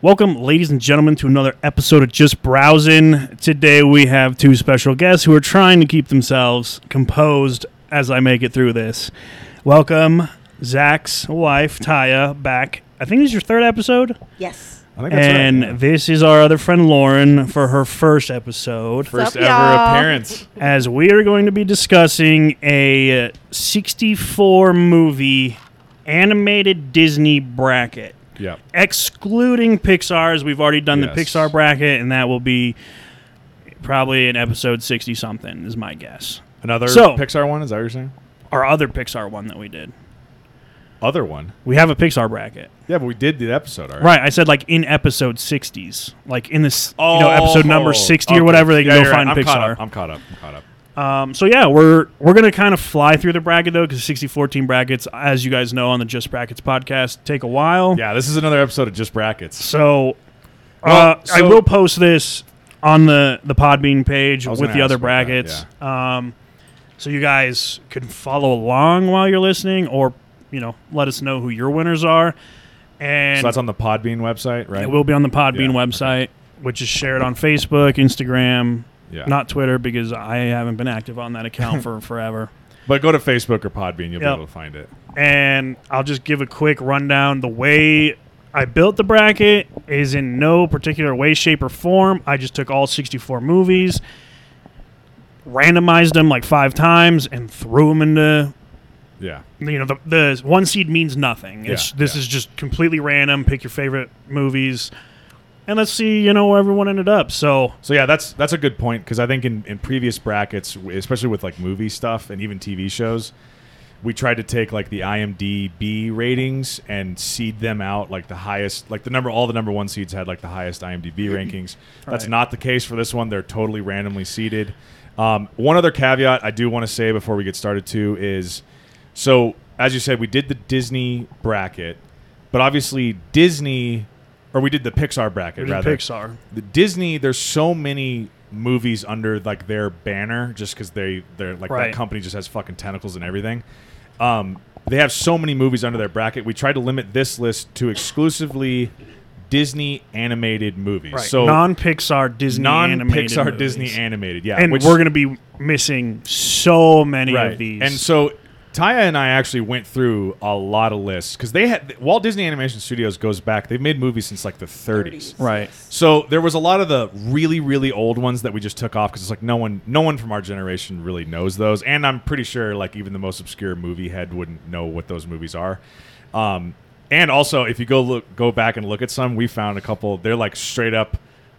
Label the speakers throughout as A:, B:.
A: Welcome, ladies and gentlemen, to another episode of Just Browsing. Today we have two special guests who are trying to keep themselves composed as I make it through this. Welcome, Zach's wife, Taya, back. I think this is your third episode.
B: Yes.
C: I think
A: And
C: right.
A: this is our other friend, Lauren, for her first episode.
C: first
B: up,
C: ever
B: y'all?
C: appearance.
A: As we are going to be discussing a 64 movie animated Disney bracket.
C: Yeah,
A: excluding Pixar, as we've already done the
C: Yes.
A: Pixar bracket, and that will be probably in episode sixty something, is my guess.
C: another
A: So-
C: Pixar one. Is that what you're saying?
A: Our other Pixar one that we did.
C: Other one.
A: We have a Pixar bracket,
C: Yeah, but we did the episode. All right.
A: right? I said like in episode sixties, like in this, you know, episode number sixty or
C: Oh, okay.
A: whatever. They can
C: Yeah,
A: go
C: you're right.
A: find
C: I'm Caught
A: Pixar.
C: up. I'm caught up. I'm caught up.
A: Um, so yeah, we're we're gonna kind of fly through the bracket though, because sixty-four team brackets, as you guys know on the Just Brackets podcast, take a while.
C: Yeah, this is another episode of just brackets.
A: So,
C: Well,
A: uh, I
C: so-
A: will post this on the the Podbean page
C: was
A: with
C: gonna
A: the other
C: ask about that,
A: brackets, um, so you guys can follow along while you're listening, or you know, let us know who your winners are, and
C: So that's on the Podbean website, right?
A: it will be on the Podbean
C: Yeah.
A: website, which is shared on Facebook, Instagram,
C: Yeah.
A: not Twitter because I haven't been active on that account for forever.
C: But go to Facebook or Podbean.
A: Yep.
C: You'll be able to find it.
A: and I'll just give a quick rundown. The way I built the bracket is in no particular way, shape, or form. I just took all 64 movies, randomized them like five times, and threw them into.
C: Yeah.
A: You know, the, the one seed means nothing. It's,
C: Yeah,
A: this
C: yeah.
A: is just completely random. Pick your favorite movies, and let's see, you know, where everyone ended up. So,
C: So yeah, that's that's a good point because I think in, in previous brackets, w- especially with like movie stuff and even TV shows, we tried to take like the IMDb ratings and seed them out like the highest, like the number all the number one seeds had like the highest IMDb rankings. That's
A: Right.
C: not the case for this one. They're totally randomly seeded. Um, one other caveat I do want to say before we get started too is, so as you said, we did the Disney bracket, but obviously Disney, or we did the Pixar bracket
A: there's
C: rather
A: Pixar.
C: the Disney, there's so many movies under like their banner just because they they're like
A: Right.
C: that company just has fucking tentacles and everything. Um, they have so many movies under their bracket. We tried to limit this list to exclusively Disney animated movies.
A: Right.
C: So
A: non Pixar Disney animated
C: Pixar
A: movies.
C: Disney animated. Yeah,
A: and
C: which-
A: we're going to be missing so many
C: right.
A: of these.
C: And so Taya and I actually went through a lot of lists because they had Walt Disney Animation Studios goes back. They've made movies since like the 30s.
A: right,
C: So there was a lot of the really really old ones that we just took off because it's like no one no one from our generation really knows those, and I'm pretty sure like even the most obscure movie head wouldn't know what those movies are. Um, and also, if you go look go back and look at some, we found a couple. They're like straight up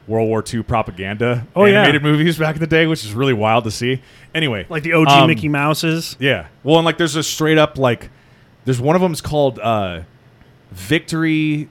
C: World War II propaganda
A: Oh, yeah.
C: animated movies back in the day, which is really wild to see. Anyway,
A: like the OG
C: um,
A: Mickey Mouse's.
C: yeah. Well, and like there's a straight up like there's one of them's called uh Victory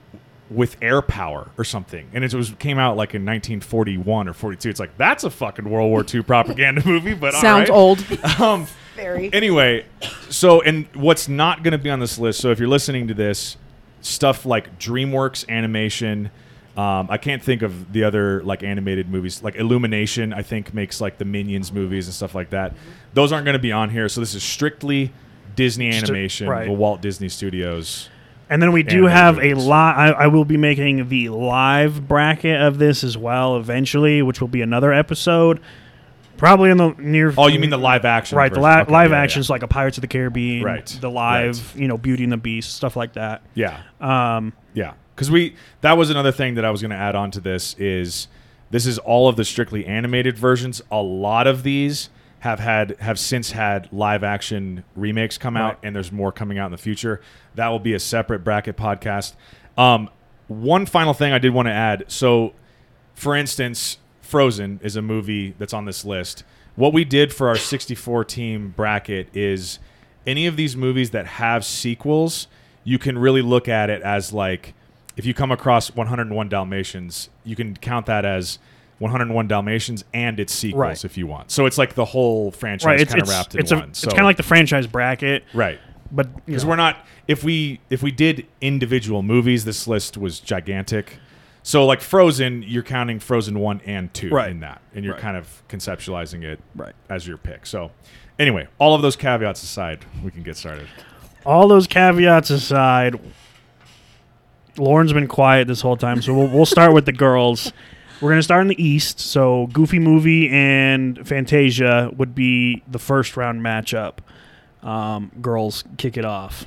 C: with Air Power or something. And it was came out like in 1941 or 42. It's like that's a fucking World War II propaganda movie, but
B: Sounds
C: all
B: old.
C: right. Um
B: Very.
C: anyway, so and what's not going to be on this list? So if you're listening to this, stuff like DreamWorks animation. Um, I can't think of the other like animated movies. Like Illumination, I think makes like the Minions movies and stuff like that. Those aren't going to be on here. So this is strictly Disney
A: Just a-
C: animation,
A: right.
C: the Walt Disney Studios.
A: And then we do
C: Animated
A: have a
C: movies.
A: lot. I, I will be making the live bracket of this as well eventually, which will be another episode, probably in the near.
C: Oh, you mean the live action?
A: Right, the
C: version.
A: li-
C: Okay,
A: live
C: yeah, yeah.
A: actions like a Pirates of the Caribbean,
C: Right,
A: The live, you know, Beauty and the Beast, stuff like that.
C: Yeah.
A: Um,
C: Yeah, because we that was another thing that I was going to add on to this is this is all of the strictly animated versions. A lot of these have had have since had live action remakes come out,
A: Right.
C: and there's more coming out in the future. That will be a separate bracket podcast. Um, one final thing I did want to add. So, for instance, Frozen is a movie that's on this list. What we did for our 64 team bracket is any of these movies that have sequels, you can really look at it as like if you come across 101 Dalmatians, you can count that as 101 Dalmatians and its sequels
A: Right.
C: if you want. So it's like the whole franchise
A: right, it's
C: kind of
A: it's
C: wrapped in
A: it's, a,
C: one.
A: it's
C: so
A: kind of like the franchise bracket,
C: right
A: but you
C: because
A: know,
C: we're not if we if we did individual movies this list was gigantic so like frozen you're counting frozen 1 and 2
A: Right.
C: in that and you're
A: Right.
C: kind of conceptualizing it
A: Right.
C: as your pick so anyway all of those caveats aside we can get started
A: all those caveats aside, Lauren's been quiet this whole time, so we'll, we'll start with the girls. We're gonna start in the East. So Goofy Movie and Fantasia would be the first round matchup. Um, girls kick it off,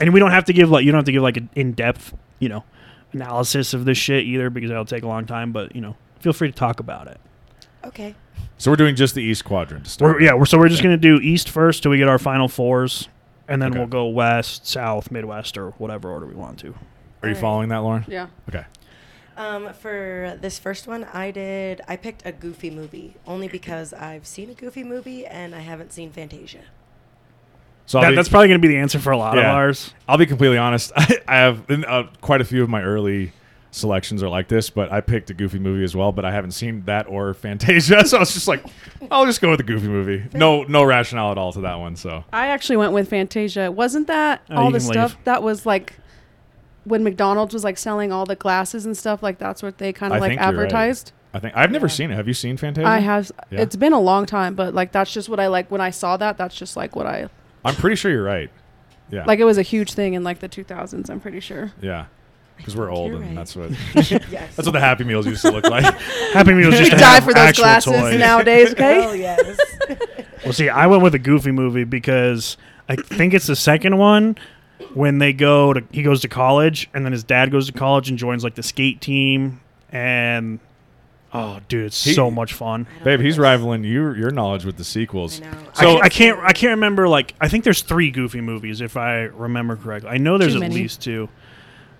A: and we don't have to give like you don't have to give like an in depth you know analysis of this shit either because that'll take a long time. But you know, feel free to talk about it.
B: Okay.
C: So we're doing just the East Quadrant to start.
A: We're, yeah, we're, so we're just gonna do East first till we get our final fours, and then
C: Okay.
A: we'll go West, South, Midwest, or whatever order we want to.
C: Are you
B: Alright.
C: following that, Lauren?
D: Yeah.
C: Okay.
B: Um, for this first one, I did. I picked a goofy movie only because I've seen a goofy movie and I haven't seen Fantasia.
C: So I'll
A: That-
C: be-
A: that's probably gonna be the answer for a lot
C: Yeah.
A: of ours.
C: I'll be completely honest. I, I have uh, quite a few of my early selections are like this, but I picked a goofy movie as well, but I haven't seen that or Fantasia, so I was just like, I'll just go with the goofy movie. No, no rationale at all to that one. So
D: I actually went with Fantasia. Wasn't that
A: Oh, you
D: all the
A: can
D: stuff
A: leave.
D: that was like when McDonald's was like selling all the glasses and stuff? Like that's what they kind
C: I
D: of like
C: think you're right.
D: advertised.
C: I think I've never seen it. Have you seen Fantasia?
D: I have.
C: Yeah.
D: It's been a long time, but like that's just what I like. When I saw that, that's just like what I
C: I'm pretty sure you're right. Yeah.
D: like. It was a huge thing in like the 2000s. I'm pretty sure.
C: yeah. Because we're old,
B: you're right.
C: and that's what
B: yes.
C: that's what the Happy Meals used to look like.
A: Happy Meals just to
D: Die
A: have
D: for those
A: actual
D: glasses
A: toys.
D: nowadays,
B: Hell
D: okay?
B: Oh, yes.
A: Well, see, I went with a Goofy movie because I think it's the second one when they go to he goes to college and then his dad goes to college and joins like the skate team and oh, dude, it's
C: He-
A: so much fun.
C: Babe, he's rivaling your your knowledge with the sequels.
B: I know.
A: So
C: So
A: I, can't I can't remember like I think there's three Goofy movies if I remember correctly. I know there's
D: Too
A: at
D: many.
A: least two,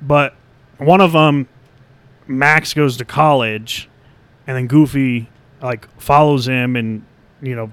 A: but one of them, Max goes to college, and then Goofy like follows him and you know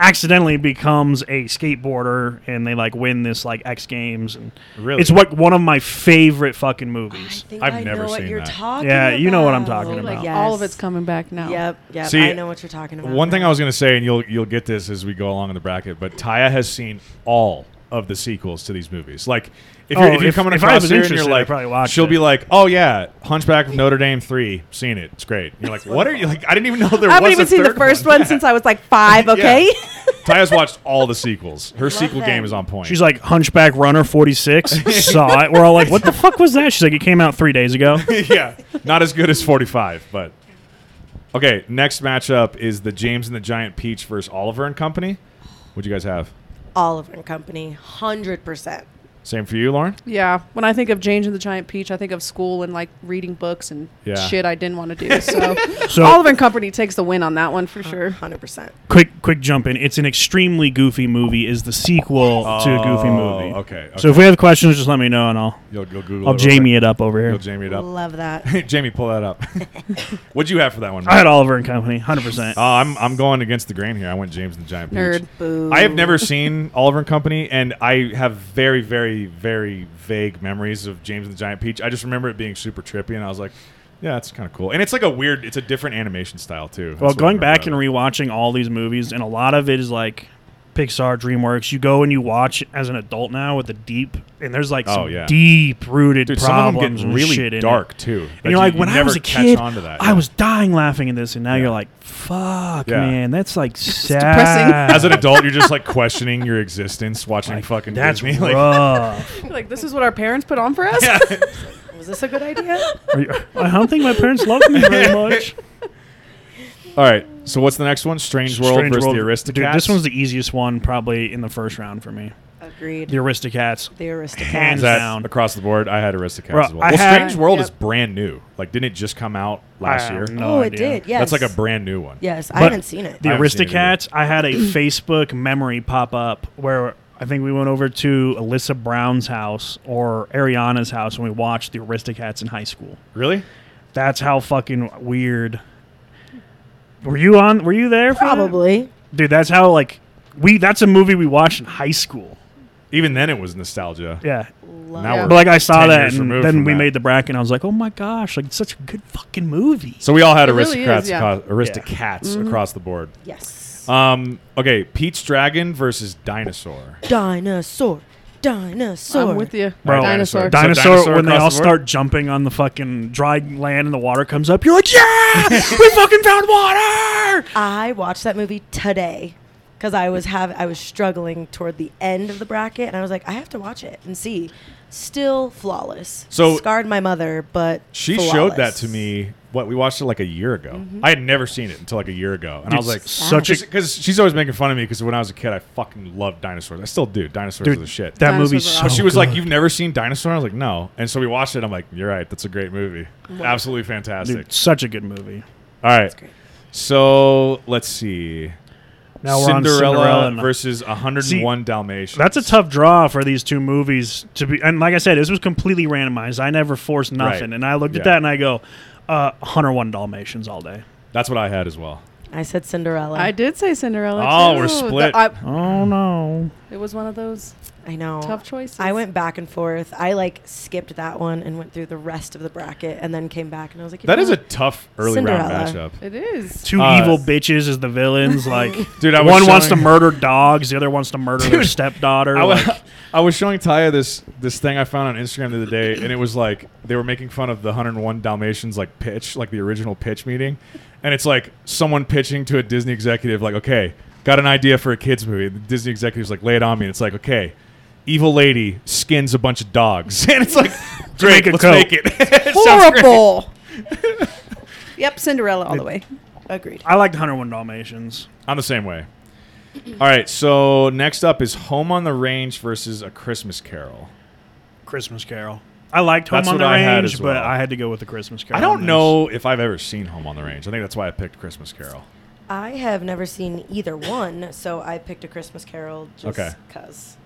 A: accidentally becomes a skateboarder and they like win this like X Games and
C: really,
A: it's what one of my favorite fucking
B: I
A: movies.
B: think
C: I've
B: I
C: never
B: know what
C: seen
B: you're
C: that.
B: talking
A: Yeah, you know what I'm
B: about.
A: talking
D: Like
A: about.
D: all of
B: Yes.
D: it's coming back now.
B: Yep, yep.
C: See,
B: I know what you're talking about.
C: One thing
B: now.
C: I was going to say, and you'll you'll get this as we go along in the bracket, but Taya has seen all of the sequels to these movies. Like, if you're,
A: Oh,
C: if you're
A: if-
C: coming
A: if I
C: across
A: was
C: here and you're
A: interested, I probably
C: like,
A: watched
C: she'll be
A: it.
C: like, "Oh yeah, Hunchback of Notre Dame three, seen it, it's great." And you're like, "What are you like? I didn't even know there
D: I haven't
C: was a
D: even seen the
C: third
D: first one, since I was like five. Okay.
C: Taya's watched all the sequels. Her sequel
B: them.
C: game is on point.
A: She's like Hunchback Runner 46. Saw it. We're all like, what the fuck was that? She's like, it came out three days ago.
C: yeah, not as good as 45, but okay. Next matchup is the James and the Giant Peach versus Oliver and Company. What'd you guys have?
B: Oliver and Company, hundred percent.
C: Same for you, Lauren.
D: yeah. When I think of James and the Giant Peach, I think of school and like reading books and
C: Yeah.
D: shit I didn't want to do. So,
A: So-
D: Oliver and Company takes the win on that one for sure.
B: hundred percent.
A: quick quick jump in. It's an extremely goofy movie. Is the sequel to a goofy
C: Oh,
A: movie.
C: Okay, okay.
A: So if we have questions, just let me know and I'll
C: you'll, you'll Google
A: I'll
C: it real
A: Jamie
C: quick.
A: it up over
C: You'll
A: here.
C: Jamie it up.
B: Love that.
C: Jamie, pull that up. What'd you have for that one?
A: I had Oliver and Company, hundred percent.
C: Oh, I'm I'm going against the grain here. I went James and the Giant Peach.
D: Nerd.
B: Boo.
C: I have never seen Oliver and Company, and I have very, very, very vague memories of James and the Giant Peach. I just remember it being super trippy, and I was like, "Yeah, that's kind of cool." And it's like a weird, it's a different animation style too. That's
A: Well,
C: what I
A: going
C: remember
A: back and
C: about it.
A: rewatching all these movies, and a lot of it is like Pixar, DreamWorks. You go and you watch as an adult now with the deep, and there's like some
C: Oh, yeah.
A: deep rooted
C: dude, some of them
A: problems
C: get
A: and shit in
C: really
A: it.
C: dark too.
A: And you're like, when I
C: never
A: was a
C: catch
A: kid,
C: on to that.
A: I
C: yeah.
A: was dying laughing at this, and now
C: Yeah.
A: you're like, "Fuck,
C: Yeah.
A: man, that's like sad."
D: depressing.
C: As an adult, you're just like questioning your existence, watching fucking
A: that's
C: Disney. Like,
A: rough.
D: like this is what our parents put on for us.
B: Was this a good idea?
A: Are you- I don't think my parents love me very much.
C: All right. So what's the next one? Strange World versus the Aristocats.
A: Dude, this one's the easiest one probably in the first round for me.
B: Agreed.
A: The Aristocats.
B: the
A: Hands
B: Aristocats.
C: Is that
A: down.
C: across the board. I had Aristocats
A: Bro,
C: as well.
A: I
C: well,
A: had-
C: Strange World is
D: Yep.
C: brand new. Like, didn't it just come out last
A: I
C: year?
A: have no
B: oh, it
A: idea.
B: did. Yes.
C: That's like a brand new one.
B: Yes, I
A: But
B: haven't seen it.
A: The
C: I haven't seen it either.
A: Aristocats, I had a Facebook memory pop up where I think we went over to Alyssa Brown's house or Ariana's house and we watched the Aristocats in high school.
C: Really?
A: That's how fucking weird. Were you on were you there? for that?
B: Probably.
A: Dude, that's how like we that's a movie we watched in high school.
C: Even then, it was nostalgia.
A: Yeah.
B: Love
C: Now
B: it.
C: we're-
A: But like I saw
C: 10
A: that,
C: years
A: and
C: removed
A: then
C: from
A: we
C: that.
A: made the bracket, and I was like, "Oh my gosh! Like it's such a good fucking movie."
C: So we all had
D: It really
C: Aristocrats,
D: is, yeah. Mm-hmm.
C: across, Aristocats across the board.
B: yes.
C: Um, okay, Pete's Dragon versus Dinosaur.
B: dinosaur. Dinosaur.
D: I'm with you,
A: Bro.
D: dinosaur.
C: Dinosaur.
A: Dinosaur,
C: dinosaur
A: when they
C: across
A: all
C: the board?
A: start jumping on the fucking dry land and the water comes up, you're like, "Yeah, we fucking found water!"
B: I watched that movie today. because I was have I was struggling toward the end of the bracket, and I was like, I have to watch it and see. Still flawless.
C: So-
B: scarred my mother, but
C: She showed that
B: flawless.
C: to me. What we watched it like a year ago.
D: Mm-hmm.
C: I had never seen it until like a year ago, and I was like,
A: such a
C: because she's always making fun of me because when I was a kid, I fucking loved dinosaurs. I still do. Dinosaurs
A: dude.
C: are the shit.
A: That Oh,
D: Dinosaurs
A: movie's
D: are
A: so.
D: awesome.
C: But she was like,
A: good.
C: "You've never seen Dinosaur?" I was like, "No." And so we watched it. I'm like, "You're right. That's a great movie. Absolutely fantastic."
A: Dude, such a good movie.
C: All right.
B: great.
C: So let's see.
A: Now we're on
C: Cinderella,
A: Cinderella and-
C: versus 101 Dalmatians.
A: That's a tough draw for these two movies to be. And like I said, this was completely randomized. I never forced nothing.
C: Right.
A: And I looked
C: Yeah.
A: at that and I go, uh, 101 Dalmatians all day.
C: That's what I had as well.
B: I said Cinderella.
D: I
B: I,
D: did say Cinderella.
C: Oh,
D: too.
C: we're
D: The-
C: split.
D: I-
A: Oh no!
D: it was one of those
B: know.
D: tough choices.
B: I went back and forth. I like skipped that one and went through the rest of the bracket, and then came back and I was like, you
C: That
B: know
C: is a
B: what?
C: tough early round
B: Cinderella.
C: matchup.
D: It is.
A: Two
C: Uh,
A: evil bitches is the villains. Like,
C: Dude, I was
A: one wants to
C: showing-
A: murder dogs, the other wants to murder their stepdaughter.
C: I, wa-
A: like,
C: I was showing Taya this this thing I found on Instagram the other day, and it was like they were making fun of the 101 Dalmatians like pitch, like the original pitch meeting, and it's like someone pitching to a Disney executive, like, "Okay, got an idea for a kids movie." The Disney executive's like, "Lay it on me," and it's like, "Okay." Evil lady skins a bunch of dogs, and it's like,
A: Make
C: "Great,
A: a
C: let's
A: coat."
C: make it." It sounds great.
D: Horrible. yep, Cinderella all the way.
B: agreed.
A: I liked 101 Dalmatians.
C: I'm the same way. All right, so next up is Home on the Range versus A Christmas Carol.
A: Christmas Carol. I liked Home
C: That's
A: on
C: what
A: the
C: I had
A: Range,
C: as
A: but
C: well.
A: I had to go with the Christmas Carol.
C: I
A: on
C: don't
A: this.
C: know if I've ever seen Home on the Range. I think that's why I picked Christmas Carol.
B: I have never seen either one, so I picked a Christmas Carol just
C: Okay.
B: cause.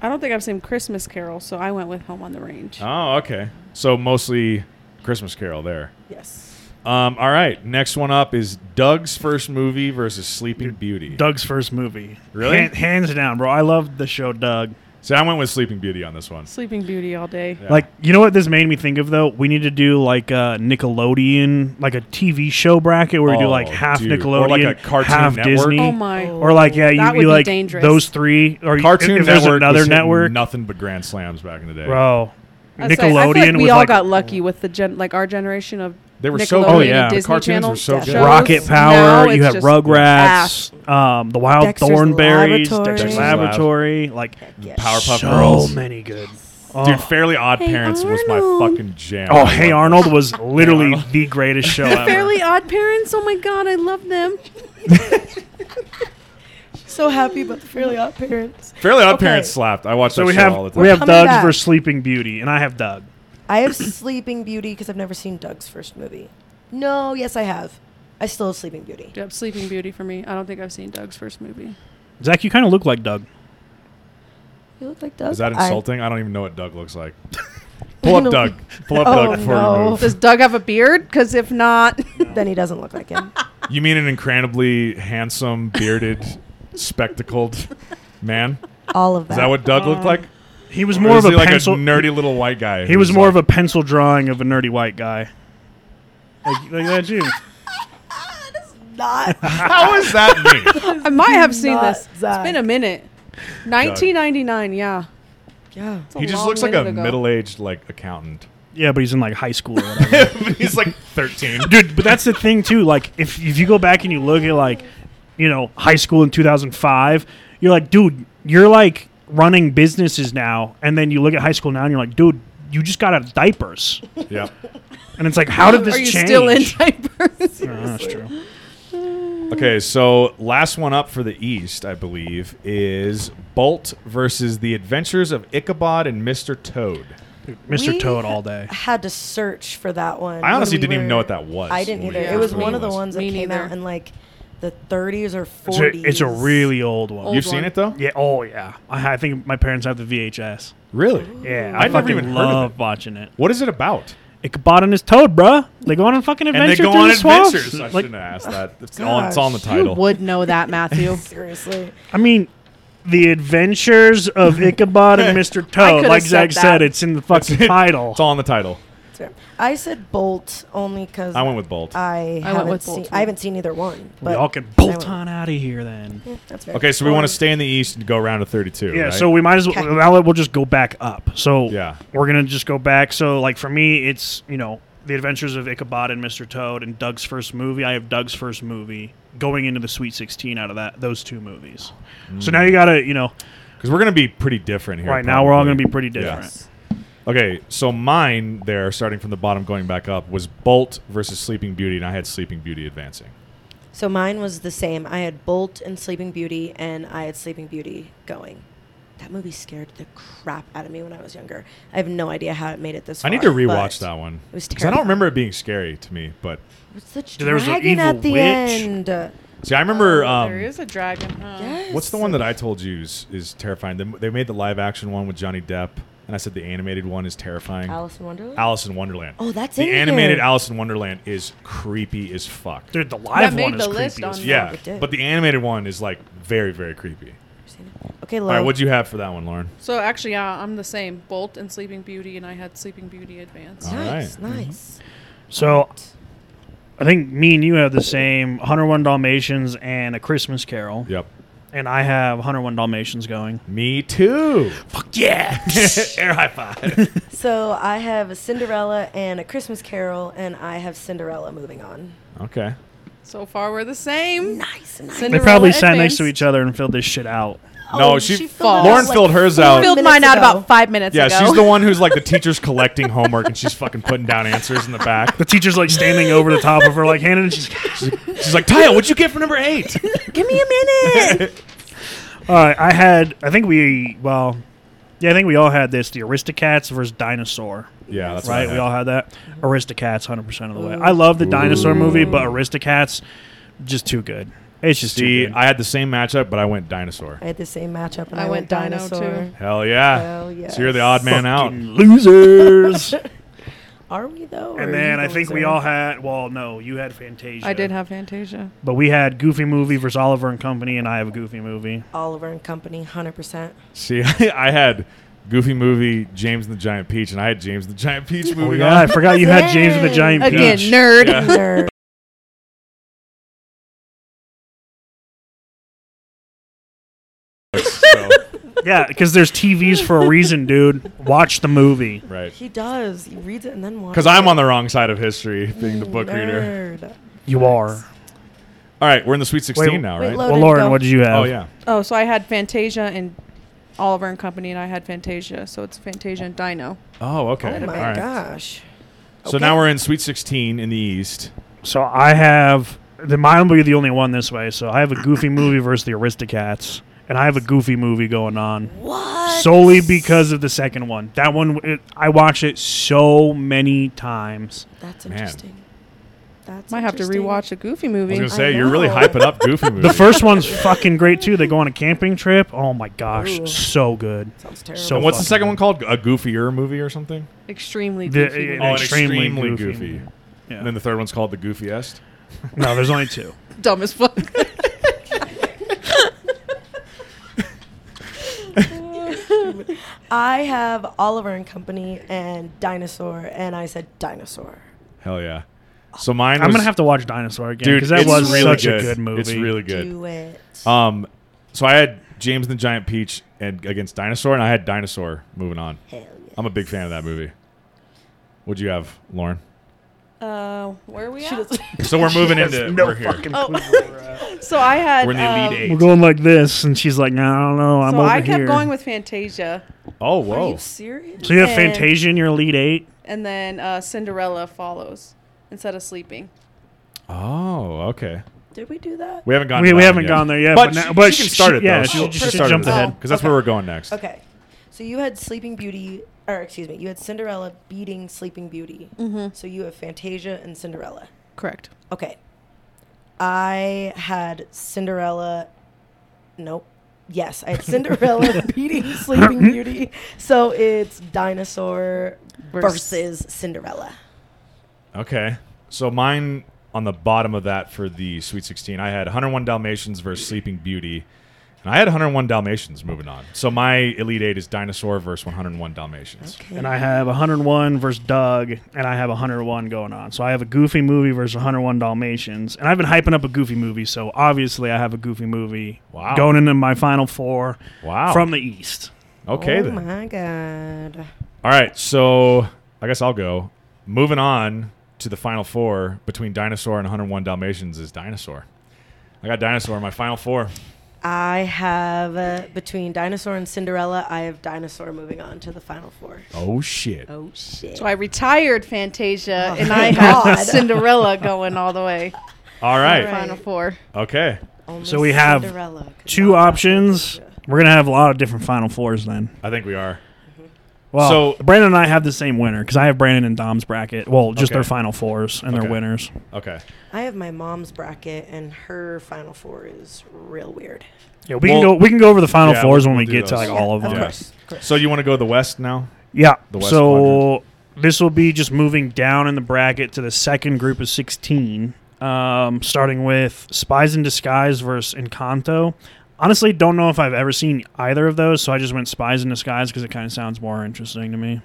D: I don't think I've seen Christmas Carol, so I went with Home on the Range.
C: Oh, okay. So mostly Christmas Carol there.
B: Yes.
C: Um, all right. Next one up is Doug's first movie versus Sleeping Beauty.
A: Doug's first movie.
C: Really?
A: Han- hands down, bro. I loved the show Doug.
C: See, I went with Sleeping Beauty on this one.
D: Sleeping Beauty all day.
C: Yeah.
A: Like, you know what this made me think of though? We need to do like a Nickelodeon, like a TV show bracket where we do
C: Oh,
A: like half
C: dude.
A: Nickelodeon,
C: Or like a Cartoon
A: half
C: Network.
A: Disney,
D: Oh my.
A: or like yeah, you,
D: That would
A: you
D: be
A: like
D: dangerous.
A: those three, or
C: Cartoon
A: if, if there's
C: Network.
A: another
C: was hitting
A: network,
C: Nothing but Grand Slams back in the day.
A: bro.
D: Uh, I say- I feel like
A: Nickelodeon
D: we
A: with
D: all
A: like
D: got lucky with the gen, like our generation of
C: They were
D: Nickelodeon
C: so.
A: Oh,
D: and
A: yeah. The
D: Disney
C: cartoons
D: Channel
C: were so
D: shows.
C: good.
A: Rocket Power.
D: Now
A: you
D: it's
A: had
D: just
A: Rugrats, um, the Wild
B: Dexter's
A: Thornberries,
B: Laboratory.
A: Dexter's
C: Dexter's
A: Laboratory, like
B: Yeah.
C: Powerpuff
A: so
C: Girls.
A: many good.
C: Dude,
A: Oh.
C: Fairly Odd
D: Hey,
C: Parents was my
D: Arnold.
C: fucking jam.
A: Oh,
C: I
A: Hey
C: loved
A: Arnold was literally
C: Arnold.
A: the greatest show ever.
D: Fairly Odd Parents. Oh my god, I love them.
B: So happy about the Fairly Odd Parents.
C: it. Fairly Odd
B: Okay.
C: Parents slapped. I watched
A: So
C: that
A: we
C: show all the
A: have
C: time.
A: we have
B: Coming
A: Doug's
B: back.
A: versus Sleeping Beauty, and I have Doug.
B: I have Sleeping Beauty because I've never seen Doug's first movie. No, yes, I have. I still have Sleeping Beauty.
D: Yep, Sleeping Beauty for me. I don't think I've seen Doug's first movie.
A: Zach, you kind of look like Doug.
B: You look like Doug.
C: Is that
B: I-
C: insulting? I, don't even know what Doug looks like. Pull up
B: No.
C: Doug. Pull up
B: Oh,
C: Doug before we
B: no.
C: move.
D: Does Doug have a beard? Because if not,
B: then he doesn't look like him.
C: You mean an incredibly handsome, bearded, spectacled man?
B: All of that.
C: Is that what Doug looked like?
A: He was
C: Or
A: more
C: is
A: of a
C: he like
A: pencil.
C: a nerdy little white guy.
A: he was more of a pencil drawing of a nerdy white guy. Like, like that too.
B: that is not.
C: a. How is that me?
D: I might have seen
B: Not
D: this.
B: Zach.
D: It's been a minute. 1999. Yeah.
B: yeah.
D: It's a
C: he just
D: long
C: looks like
D: minute
C: a
D: ago.
C: middle-aged like accountant.
A: Yeah, but he's in like high school or whatever.
C: He's like thirteen.
A: Dude, but that's the thing too. Like, if if you go back and you look at like, you know, high school in 2005, you're like, dude, you're like running businesses now, and then you look at high school now, and you're like, dude, you just got out of diapers,
C: yeah.
A: and it's like, how did this
D: Are you
A: change?
D: still in diapers?
A: Oh, that's true.
C: Okay, so last one up for the East, I believe, is Bolt versus the Adventures of Ichabod and Mr. Toad.
A: Mr.
B: We
A: Toad all day.
B: Had to search for that one.
C: I honestly
B: when we
C: didn't even
B: were-
C: know what that was.
B: I didn't
C: when
B: either.
C: we
D: Yeah.
B: It was
C: first
B: one of the
C: realized.
B: ones that
D: Me
B: came
D: neither.
B: out in like the 30s or 40s.
A: It's a, it's a really old one.
D: Old
C: You've seen
D: one.
C: it though?
A: Yeah. Oh yeah. I, I think my parents have the VHS.
C: Really?
A: Yeah.
C: I've never
A: fucking
C: even heard of
A: love
C: it.
A: watching it.
C: What is it about?
A: Ichabod and his toad, bruh. They go on a fucking
C: and they
A: adventure
C: go
A: through
C: on
A: the swamps.
C: adventures. I
A: Like,
C: shouldn't have asked that. It's, all, it's all in the
B: gosh.
D: You
C: title.
D: would know that, Matthew.
B: Seriously.
A: I mean, the adventures of Ichabod and Mr. Toad.
D: could've
A: Like
D: said
A: Zach
D: that.
A: said, it's in the fucking
C: It's-
A: title.
C: It's all in the title.
B: So, I said Bolt only because
C: I went with Bolt.
A: Uh,
B: I
D: I went
B: haven't
D: with
B: seen.
D: Bolt,
B: I
D: too.
B: haven't seen either one.
A: we
B: But
A: all can bolt on out of here then.
B: Yeah, that's fair.
C: Okay, so we want to
B: Or-
C: stay in the East and go around to 32.
A: uh, Yeah,
C: right?
A: so we might as well
B: Okay.
A: now we'll just go back up. So
C: Yeah.
A: we're gonna just go back. So like for me, it's you know The Adventures of Ichabod and Mr. Toad and Doug's first movie. I have Doug's first movie going into the Sweet 16 out of that those two movies. So
C: Mm.
A: now you got to, you know,
C: Because we're going to be pretty different here.
A: right now we're all going to be
C: probably.
A: pretty
C: Yeah.
A: different.
C: Okay, so mine there, starting from the bottom, going back up, was Bolt versus Sleeping Beauty, and I had Sleeping Beauty advancing.
B: So mine was the same. I had Bolt and Sleeping Beauty, and I had Sleeping Beauty going. That movie scared the crap out of me when I was younger. I have no idea how it made it this
C: I
B: far.
C: need to rewatch
B: but
C: that one
B: It was
C: because I
B: terrifying.
C: don't remember it being scary to me. But
B: What's the
A: There
B: dragon
A: was an evil
B: at the
A: witch.
B: end?
E: Uh,
C: see, I remember.
E: Oh,
C: um,
E: there is a dragon. Huh?
B: Yes.
C: What's the one that I told you is, is terrifying? They, they made the live action one with Johnny Depp, and I said the animated one is terrifying.
B: Alice in Wonderland.
C: Alice in Wonderland.
B: Oh, that's
C: the
B: in
C: animated
B: here.
C: Alice in Wonderland is creepy as fuck.
A: Dude, the live
E: made
A: one is
E: the list
A: creepy
E: on
A: as
E: the-
C: yeah,
B: it did.
C: but the animated one is like very very creepy.
B: okay,
C: All right,
B: Lauren.
C: what'd you have for that one, Lauren?
D: So actually, yeah, I'm the same. Bolt and Sleeping Beauty, and I had Sleeping Beauty Advance.
C: All
B: nice,
C: right. Mm-hmm.
B: nice.
A: So I think me and you have the same 101 Dalmatians and A Christmas Carol.
C: Yep,
A: And I have 101 Dalmatians going.
C: me too.
A: Fuck yeah.
C: Air high five.
B: So I have a Cinderella and a Christmas Carol, and I have Cinderella moving on.
C: okay.
E: So far, we're the same.
B: Nice, nice.
A: they
E: Cinderella
A: probably sat next
E: advanced.
A: to each other and filled this shit out.
C: No,
B: Oh,
C: she-
B: filled it
E: Lauren
B: out,
C: filled hers
B: four
C: out.
E: Filled
B: minutes
E: mine out
B: ago.
E: about five minutes
C: Yeah,
E: ago.
C: she's the one who's like the teacher's collecting homework and she's fucking putting down answers in the back.
A: The teacher's like standing over the top of her, like Hannah. And she's
C: She's like, Taya, what'd you get for number eight?
B: Give me a minute.
A: all right. I had. I think we. Well, yeah. I think we all had this. The Aristocats versus Dinosaur.
C: Yeah, that's
A: right.
C: What I
A: We
C: had.
A: all had that. Aristocats, hundred percent of the way. I love the dinosaur movie, but Aristocats, just too good. It's just
C: See,
A: too good.
C: I had the same matchup, but I went dinosaur.
B: I had the same matchup, and
E: I
B: I,
E: went
B: went,
E: Dino,
B: dinosaur.
E: too.
C: Hell yeah.
B: Hell
C: So you're the
B: yes.
C: odd man out.
A: Fucking losers.
B: Are we though? or are
A: and then
B: you
A: I
B: the
A: think we
B: loser?
A: all had. Well, no, you had Fantasia.
E: I did have Fantasia.
A: But we had Goofy movie versus Oliver and Company, and I have a Goofy movie.
B: Oliver and Company, hundred percent.
C: See, I, had Goofy movie, James and the Giant Peach, and I had James and the Giant Peach
A: Oh,
C: moving
A: yeah, I forgot you had James and the Giant Peach.
E: Again, nerd.
C: Yeah.
B: Nerd.
C: on. So,
A: Yeah, because there's TVs for a reason, dude. Watch the movie.
C: right.
B: He does. He reads it and then watches.
C: Because I'm on the wrong side of history, being the book reader.
B: Nerd.
A: You are.
C: All right, we're in the Sweet 16
A: Wait,
C: now,
B: wait,
C: right?
B: look-
A: Well,
B: Loaded,
A: Lauren,
B: go.
A: what did you have?
C: oh, yeah.
E: Oh, so I had Fantasia and Oliver and Company, and I had Fantasia. So it's Fantasia and Dino.
C: Oh, okay.
B: Oh
C: All
B: my
C: right.
B: gosh.
C: So now we're in Sweet 16 in the East.
A: So I have the mine will be the only one this way. So I have a Goofy movie versus the Aristocats, and I have a Goofy movie going on
B: What?
A: solely because of the second one. That one it, I watched it so many times.
B: That's
C: Man.
B: interesting. That's
E: Might have to
B: interesting.
E: rewatch a Goofy
C: I was
E: movie.
C: going to say,
B: I
C: you're really
B: know.
C: hyping up Goofy movie.
A: The first one's fucking great too. They go on a camping trip. Oh my gosh,
B: Ooh.
A: so good.
B: Sounds terrible.
A: So
C: And what's the
A: fucking
C: second
A: good.
C: one called? A goofier movie or something?
E: Extremely
A: The-
E: Goofy.
A: an
C: Oh,
E: movie.
C: an
A: extremely
C: extremely
A: goofy
C: goofy.
A: movie. Yeah.
C: And then the third one's called the goofiest.
A: No, there's only two.
E: Dumb as fuck.
B: I have Oliver and Company and Dinosaur, and I said Dinosaur.
C: Hell yeah. So mine.
A: I'm
C: was-
A: gonna have to watch Dinosaur again
C: dude.
A: because that
C: it's
A: was
C: really
A: such
C: good.
A: a good movie.
C: It's really good.
B: Do it.
C: Um, so I had James and the Giant Peach and against Dinosaur, and I had Dinosaur. Moving on.
B: Hell yeah.
C: I'm a big fan of that movie. What'd you have, Lauren?
E: Uh, where are we
B: She
E: at?
B: doesn't-
C: So we're moving into
A: no
C: we're here.
A: fucking
E: Oh.
A: clue where we're at.
E: So I had.
C: We're in the
E: um,
C: elite eight.
A: We're going like this, and she's like, "Nah, I don't know. I'm
E: so
A: over
E: I kept
A: here."
E: going with Fantasia,
C: Oh
B: Are
C: whoa!
B: you serious?
A: so you have
E: and-
A: Fantasia in your lead eight.
E: and then uh, Cinderella follows instead of sleeping.
C: Oh okay.
B: Did we do that?
C: We haven't gone.
A: We-
C: to
A: we
C: that
A: haven't
C: yet.
A: gone there yet, but
C: But,
A: now-
C: she,
A: but
C: she can
A: she-
C: start it
A: yeah,
C: though.
A: she-
B: she just jumped ahead.
C: because that's where we're going next.
B: Okay. So you had Sleeping Beauty, or excuse me, you had Cinderella beating Sleeping Beauty. So you have Fantasia and Cinderella.
E: Correct.
B: Okay. I had Cinderella. Nope. Yes, I had Cinderella beating Sleeping Beauty. So it's Dinosaur versus Cinderella.
C: Okay. So mine on the bottom of that for the Sweet 16, I had 101 Dalmatians versus Sleeping Beauty. And I had 101 Dalmatians moving on. So my Elite Eight is Dinosaur versus 101 Dalmatians.
A: And I have 101 versus Doug, and I have 101 going on. So I have a Goofy movie versus 101 Dalmatians, and I've been hyping up a Goofy movie. So obviously, I have a Goofy movie
C: Wow.
A: going into my final four
C: Wow.
A: from the East.
C: okay
B: oh
C: then.
B: my God.
C: All right. So I guess I'll go. Moving on to the final four between Dinosaur and 101 Dalmatians is Dinosaur. I got Dinosaur in my final four.
B: I have uh, between Dinosaur and Cinderella, I have Dinosaur moving on to the final four.
C: Oh shit!
B: Oh shit.
E: So I retired Fantasia
B: Oh,
E: and I
B: God.
E: have Cinderella going all the way.
C: All right.
E: Final four.
C: Okay.
B: Only
A: So we have
B: Cinderella could
A: Two
B: not have
A: options.
B: Fantasia.
A: We're gonna have a lot of different Final Fours then.
C: I think we are.
A: Well,
C: So-
A: Brandon and I have the same winner because I have Brandon and Dom's bracket. Well, just
C: Okay.
A: their Final Fours and
C: Okay.
A: their winners.
C: Okay.
B: I have my mom's bracket, and her final four is real weird.
A: Yeah, we
C: Well-
A: can go. We can go over the Final
C: Yeah,
A: Fours
C: we'll-
A: when we
C: we'll do
A: get to
C: those.
A: like all of
B: Yeah,
A: them.
C: Okay.
B: course, of course.
C: So you want to go to the West now?
A: Yeah.
C: The West
A: so this will be just moving down in the bracket to the second group of 16, um, starting with Spies in Disguise versus Encanto. Honestly, don't know if I've ever seen either of those, so I just went Spies in Disguise because it kind of sounds more interesting to me.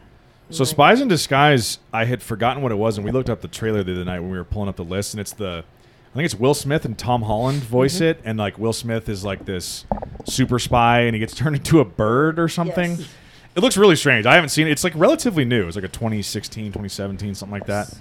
C: So Spies in Disguise, I had forgotten what it was, and we looked up the trailer the other night when we were pulling up the list, and it's the, I think it's Will Smith and Tom Holland voice
A: Mm-hmm.
C: it, and like Will Smith is like this super spy, and he gets turned into a bird or something.
B: Yes.
C: It looks really strange. I haven't seen it. It's like relatively new. It's like a 2016, 2017, something like that.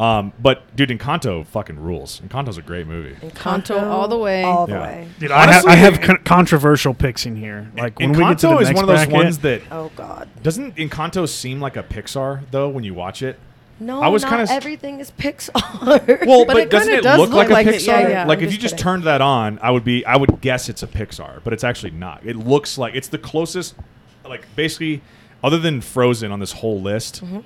C: Um, but dude, Encanto fucking rules. Encanto's a great movie.
E: Encanto all the way.
B: All the
C: Yeah.
B: way.
A: Dude,
C: Honestly,
A: I, ha- I have con- controversial picks in here. Like when we get to the
C: Encanto is
A: next
C: one of those
A: bracket-
C: ones that
B: Oh God.
C: doesn't Encanto seem like a Pixar though when you watch it.
B: No,
C: I was
B: not
C: kinda s-
B: everything is Pixar.
C: Well,
E: But
C: but,
E: it
C: doesn't
E: kinda
C: it
E: does
C: look, like, a
E: it,
C: Pixar?
E: yeah, yeah.
C: Like
B: I'm
C: if you
B: just
C: just
B: kidding.
C: turned that on, I would be I would guess it's a Pixar, but it's actually not. It looks like it's the closest like basically other than Frozen on this whole list,
E: Mm-hmm.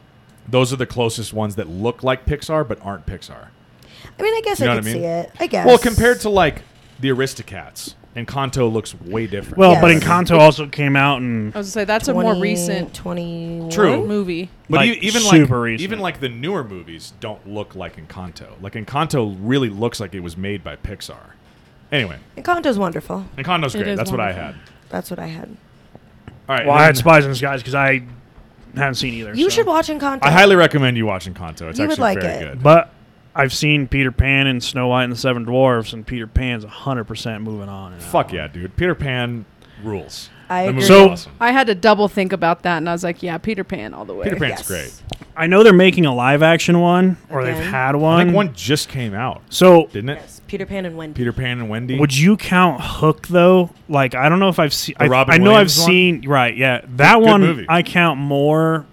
C: those are the closest ones that look like Pixar but aren't Pixar.
B: I mean, I guess
C: You know
B: I
C: what
B: could
C: I mean?
B: see it. I guess.
C: Well, compared to like the Aristocats, Encanto looks way different.
A: Well,
B: Yes.
A: but Encanto also came out and
E: I was gonna say that's a more
B: 20
E: recent
B: 21.
C: True.
E: movie.
C: But
A: Like,
C: you, even
A: super
C: like
A: recent.
C: even like the newer movies don't look like Encanto. Like Encanto really looks like it was made by Pixar. Anyway,
B: Encanto's wonderful.
C: Encanto's
E: It
C: great.
E: is
C: That's what I had.
E: wonderful.
B: That's what I had.
C: All right.
A: well, I
C: and
A: had
C: then-
A: Spies in Disguise because I haven't seen either.
B: You
A: so.
B: should watch Encanto.
C: I highly recommend you watching Encanto. It's
B: You would
C: actually
B: like
C: very
B: it.
C: good.
A: But I've seen Peter Pan and Snow White and the Seven Dwarfs, and Peter Pan's 100% moving on. and
C: Fuck
A: out.
C: yeah, dude. Peter Pan rules.
B: I
C: The
B: agree.
C: movie's
A: So-
C: awesome.
E: I had to double think about that, and I was like, "Yeah, Peter Pan all the way."
C: Peter
B: Yes.
C: Pan's great.
A: I know they're making a live action one, or they've
B: Okay.
A: had
C: I
A: one.
C: think one just came out,
A: So,
C: didn't it?
B: Yes, Peter Pan and Wendy.
C: Peter Pan and Wendy.
A: would you count Hook though? Like, I don't know if I've seen.
C: The
A: I,
C: Robin
A: I know I've
C: Williams one?
A: seen. Right, yeah, that
C: Good
A: one
C: movie.
A: I count more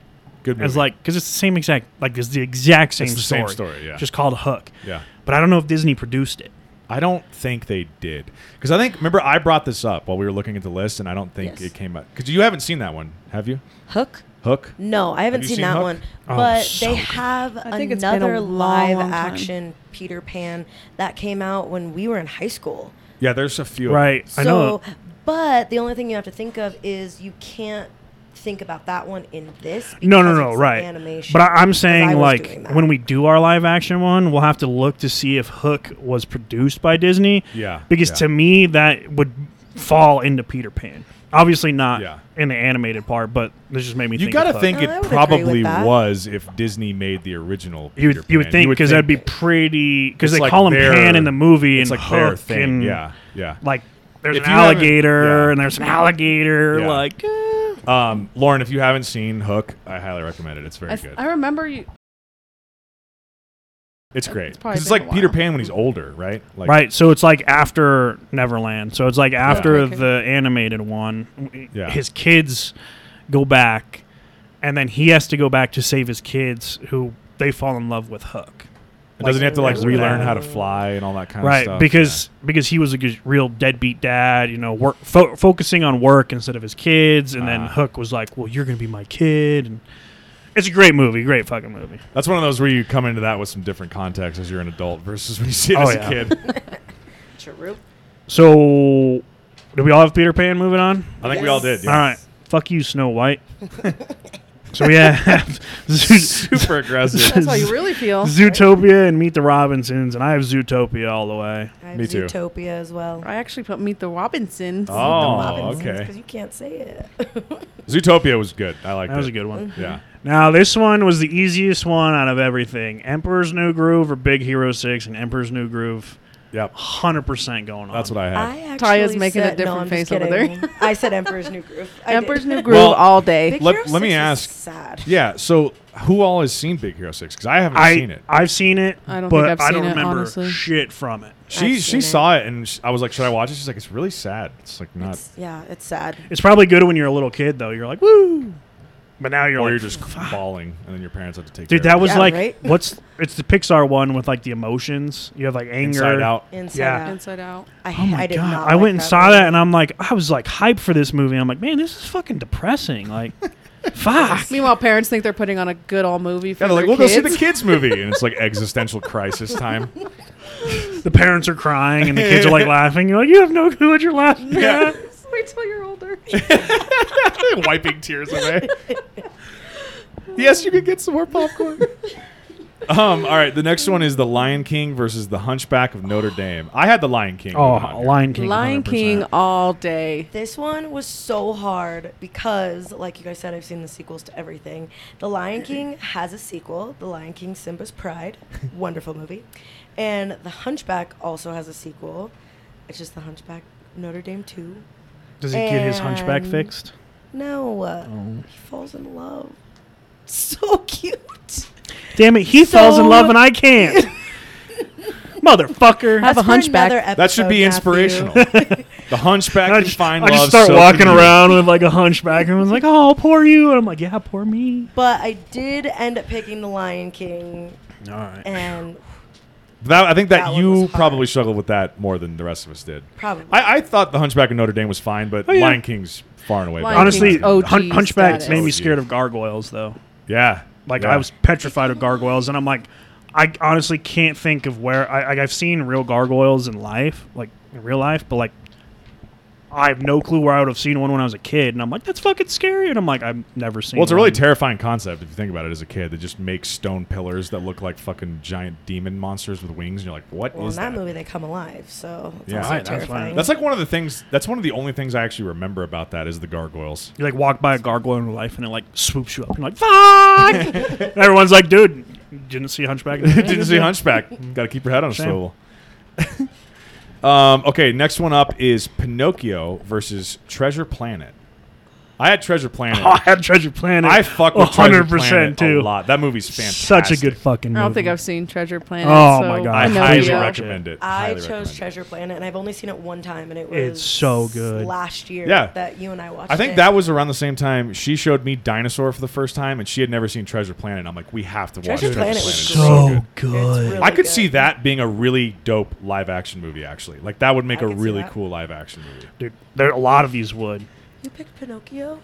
C: good movie.
A: as like because it's the same exact like it's the exact same
C: It's the
A: story.
C: same story, yeah.
A: just called Hook.
C: yeah.
A: But I don't know if Disney produced it.
C: I don't think they did because I think remember I brought this up while we were looking at the list, and I don't think
B: Yes.
C: it came up because you haven't seen that one, have you?
B: Hook?
C: Hook.
B: No, I haven't
C: you
B: seen,
C: seen
B: that
C: Hook?
B: one.
A: Oh,
B: but
A: so
B: they
A: good.
B: have
E: I think it's been a
B: another
E: long
B: live
E: time.
B: action Peter Pan that came out when we were in high school.
C: Yeah, there's a few. of them.
A: Right,
B: So,
A: I know.
B: but the only thing you have to think of is you can't think about that one in this.
A: No, no,
B: because
A: no,
B: it's
A: right.
B: Animation.
A: But I, I'm
B: 'Cause
A: saying,
B: I was doing
A: like,
B: that.
A: when we do our live action one, we'll have to look to see if Hook was produced by Disney.
C: Yeah,
A: Because
C: yeah.
A: to me, that would fall into Peter Pan. Obviously, not
C: Yeah.
A: in the animated part, but this just made me
C: You
A: think.
C: gotta
A: of Hook.
C: think
B: Oh, I
C: it
B: would agree
C: probably
B: with that.
C: was if Disney made the original.
A: You
C: Peter
A: would, you would
C: Pan.
A: think because that'd be pretty. Because they call him
C: their-
A: Pan in the movie
C: it's
A: and
C: like their
A: Hook
C: thing.
A: and
C: yeah, yeah.
A: like there's
C: If
A: an
C: you haven't-
A: alligator
C: yeah.
A: and there's an alligator
C: Yeah.
A: like. eh.
C: Um, Lauren, if you haven't seen Hook, I highly recommend it. It's very
E: I,
C: good.
E: I remember you.
C: it's great.
E: It's
C: 'Cause
E: probably
C: It's,
E: been a
C: like Peter
E: while.
C: Pan when he's older, right? Like,
A: Right, so it's like after Neverland. So it's like after
E: okay.
A: the animated one,
C: Yeah.
A: his kids go back, and then he has to go back to save his kids, who they fall in love with Hook.
C: And doesn't he have to like
A: Like,
C: relearn
A: yeah.
C: how to fly and all that kind
A: right,
C: of stuff?
A: because because he was a g- real deadbeat dad, you know, work fo- focusing on work instead of his kids, and then
C: Ah.
A: Hook was like, "Well, you're gonna be my kid," and it's a great movie, great fucking movie.
C: yeah. that's one of those where you come into that with some different context as you're an adult versus when you see it
A: Oh,
C: as
A: yeah.
C: a kid.
B: True.
A: So, do we all have Peter Pan? Moving on.
C: I think we all
B: Yes.
C: did. Yeah.
A: All right, fuck you, Snow White. so we have
C: Super aggressive.
E: That's how you really feel.
A: Zootopia and Meet the Robinsons, and I have Zootopia all the way.
B: I have
C: Me too.
B: Zootopia as well.
E: I actually put Meet the Robinsons.
C: oh,
B: Because
C: okay.
B: you can't say it.
C: Zootopia was good. I liked
A: That was
C: it.
A: a good one.
C: Yeah.
A: Now this one was the easiest one out of everything: Emperor's New Groove or Big Hero Six, and Emperor's New Groove.
C: Yep.
A: hundred percent going on.
C: That's what I had.
B: I actually
E: Taya's making a
B: said-
E: different
B: no, I'm
E: face
B: just
E: over
B: kidding.
E: there.
B: I said Emperor's New Groove. I did.
E: Emperor's New Groove all day.
B: Big
C: Let-
B: Hero
C: let me
B: 6 is
C: ask-
B: Sad.
C: yeah. So who all has seen Big Hero Six? Because I haven't
A: I,
C: seen it.
A: I've seen it,
E: I don't
A: but
E: think I've
A: I
E: seen
A: don't
E: it,
A: remember
E: honestly.
A: shit from it.
C: She
B: I've
C: she
B: seen
C: saw it and sh I was like, should I watch it? She's like, it's really sad. It's like not.
B: It's- yeah, it's sad.
A: It's probably good when you're a little kid though. You're like woo, but now you're
C: or
A: like,
C: you're just bawling, and then your parents have to take.
A: dude.
C: care
A: That
C: of
A: was
B: Yeah,
A: like
B: right?
A: what's it's the Pixar one with like the emotions. You have like
C: you.
A: anger.
C: inside out.
B: Inside
A: Yeah.
B: Out.
E: Inside Out.
B: I,
A: Oh my
B: I did
A: god!
B: Not
A: I
B: like
A: went and
B: that
A: saw
B: movie.
A: that, and I'm like, I was like hyped for this movie. I'm like, man, this is fucking depressing. Like, fuck.
D: Meanwhile, parents think they're putting on a good all movie for
C: Yeah, they're like,
D: their
C: we'll
D: kids.
C: go see the kids movie, and it's like existential crisis time.
A: The parents are crying, and the kids are like laughing. You're like, you have no clue what you're laughing
C: Yeah.
A: at.
E: Wait till you're older.
C: wiping tears away. yes, you can get some more popcorn. Um, all right, the next one is the Lion King versus the Hunchback of Notre Dame. I had the Lion King. going on
A: Oh,
C: here.
A: Lion King.
D: Lion
A: 100%.
D: King all day.
B: This one was so hard because, like you guys said, I've seen the sequels to everything. The Lion King has a sequel, The Lion King Simba's Pride. Wonderful movie. And The Hunchback also has a sequel. It's just The Hunchback Notre Dame 2.
A: Does he get his hunchback
B: And-
A: fixed?
B: No, uh,
C: Oh.
B: he falls in love. So cute.
A: Damn it, he falls in
B: So-
A: love and I can't. Motherfucker.
E: That's a
B: for
E: hunchback.
B: another
C: That should
B: episode,
C: be
B: Matthew.
C: inspirational. the Hunchback
A: I
C: can
A: just,
C: find
A: I just
C: love
A: start
C: so
A: walking
C: convenient.
A: around with like a hunchback and was like, oh, poor you. And I'm like, yeah, poor me.
B: But I did end up picking The Lion King,
A: All right.
B: and
C: That, I think that,
B: That one was
C: you
B: hard.
C: probably struggled with that more than the rest of us did.
B: probably.
C: I, I thought the Hunchback of Notre Dame was fine, but
A: Oh, yeah.
C: Lion King's far and away.
D: Lion
C: better.
A: Honestly,
D: King's OG
A: hun- hunchback
D: status.
A: made me
C: OG.
A: scared of gargoyles, though.
C: yeah,
A: Like,
C: yeah.
A: I was petrified of gargoyles, and I'm like, I honestly can't think of where. I, like, I've seen real gargoyles in life, like in real life, but like, I have no clue where I would have seen one when I was a kid. And I'm like, that's fucking scary. And I'm like, I've never seen
C: Well, it's a really
A: one.
C: terrifying concept if you think about it as a kid. They just make stone pillars that look like fucking giant demon monsters with wings, and you're like, "What is
B: Well, in that
C: that?"
B: movie, they come alive, so it's
C: Yeah,
B: also
A: right, that's why-
B: terrifying.
C: That's like one of the things. That's one of the only things I actually remember about that is the gargoyles.
A: You like walk by a gargoyle in real life and it like swoops you up and you're like fuck. and everyone's like, dude, you didn't see Hunchback.
C: Didn't see Hunchback. Got to keep your head on a
A: Shame.
C: swivel. um, okay, next one up is Pinocchio versus Treasure Planet. I had Treasure Planet.
A: Oh, I had Treasure Planet.
C: I fuck with Treasure
A: 100%
C: Planet
A: too.
C: a lot. That movie's fantastic.
A: Such a good
D: I
A: fucking. Movie.
D: don't think I've seen Treasure Planet.
A: Oh
D: so
A: my God.
C: I
D: know
C: highly
D: you.
C: recommend it.
B: I
C: Highly recommend
B: chose
C: it.
B: Treasure Planet, and I've only seen it one time, and it was
A: It's so good.
B: last year.
C: Yeah.
B: that you and I watched.
C: I think
B: it.
C: that was around the same time she showed me Dinosaur for the first time, and she had never seen Treasure Planet. and I'm like, we have to watch
B: Treasure
C: Treasure
B: Planet
C: Planet.
B: was
C: It's
B: great.
A: so good.
B: It's really
C: I could
B: good.
C: see that being a really dope live action movie. Actually, like that would make
B: I
C: a
B: could see
C: really
B: that.
C: cool live action movie.
A: Dude, there a lot of these would.
B: you picked Pinocchio.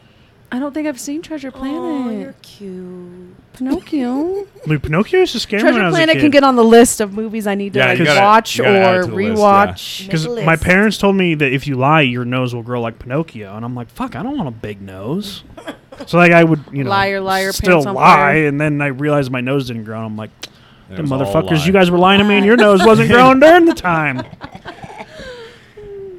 D: I don't think I've seen Treasure
B: Oh,
D: Planet.
B: you're cute.
D: Pinocchio.
A: Dude, Pinocchio used to scare me when I
D: Treasure
A: was
D: Planet
A: a
D: can get on the list of movies I need to
C: Yeah,
D: like,
C: you gotta-
D: watch
C: you
D: or
C: gotta add it to the list, yeah.
D: rewatch.
A: because
B: Make a
A: my
B: list.
A: parents told me that if you lie, your nose will grow like Pinocchio, and I'm like, "Fuck, I don't want a big nose." So like, I would, you know,
D: Liar, liar,
A: still
D: pants on
A: lie,
D: fire.
A: and then I realized my nose didn't grow. And I'm like,
C: And it
A: The
C: was all a
A: motherfuckers,
C: lie.
A: you guys were lying to me, and your nose wasn't growing during the time.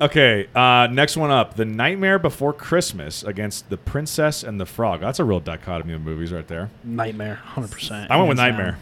C: Okay, uh, next one up: The Nightmare Before Christmas against The Princess and the Frog. That's a real dichotomy of movies right there.
A: Nightmare, hundred percent.
C: I
D: uh,
C: went with Nightmare.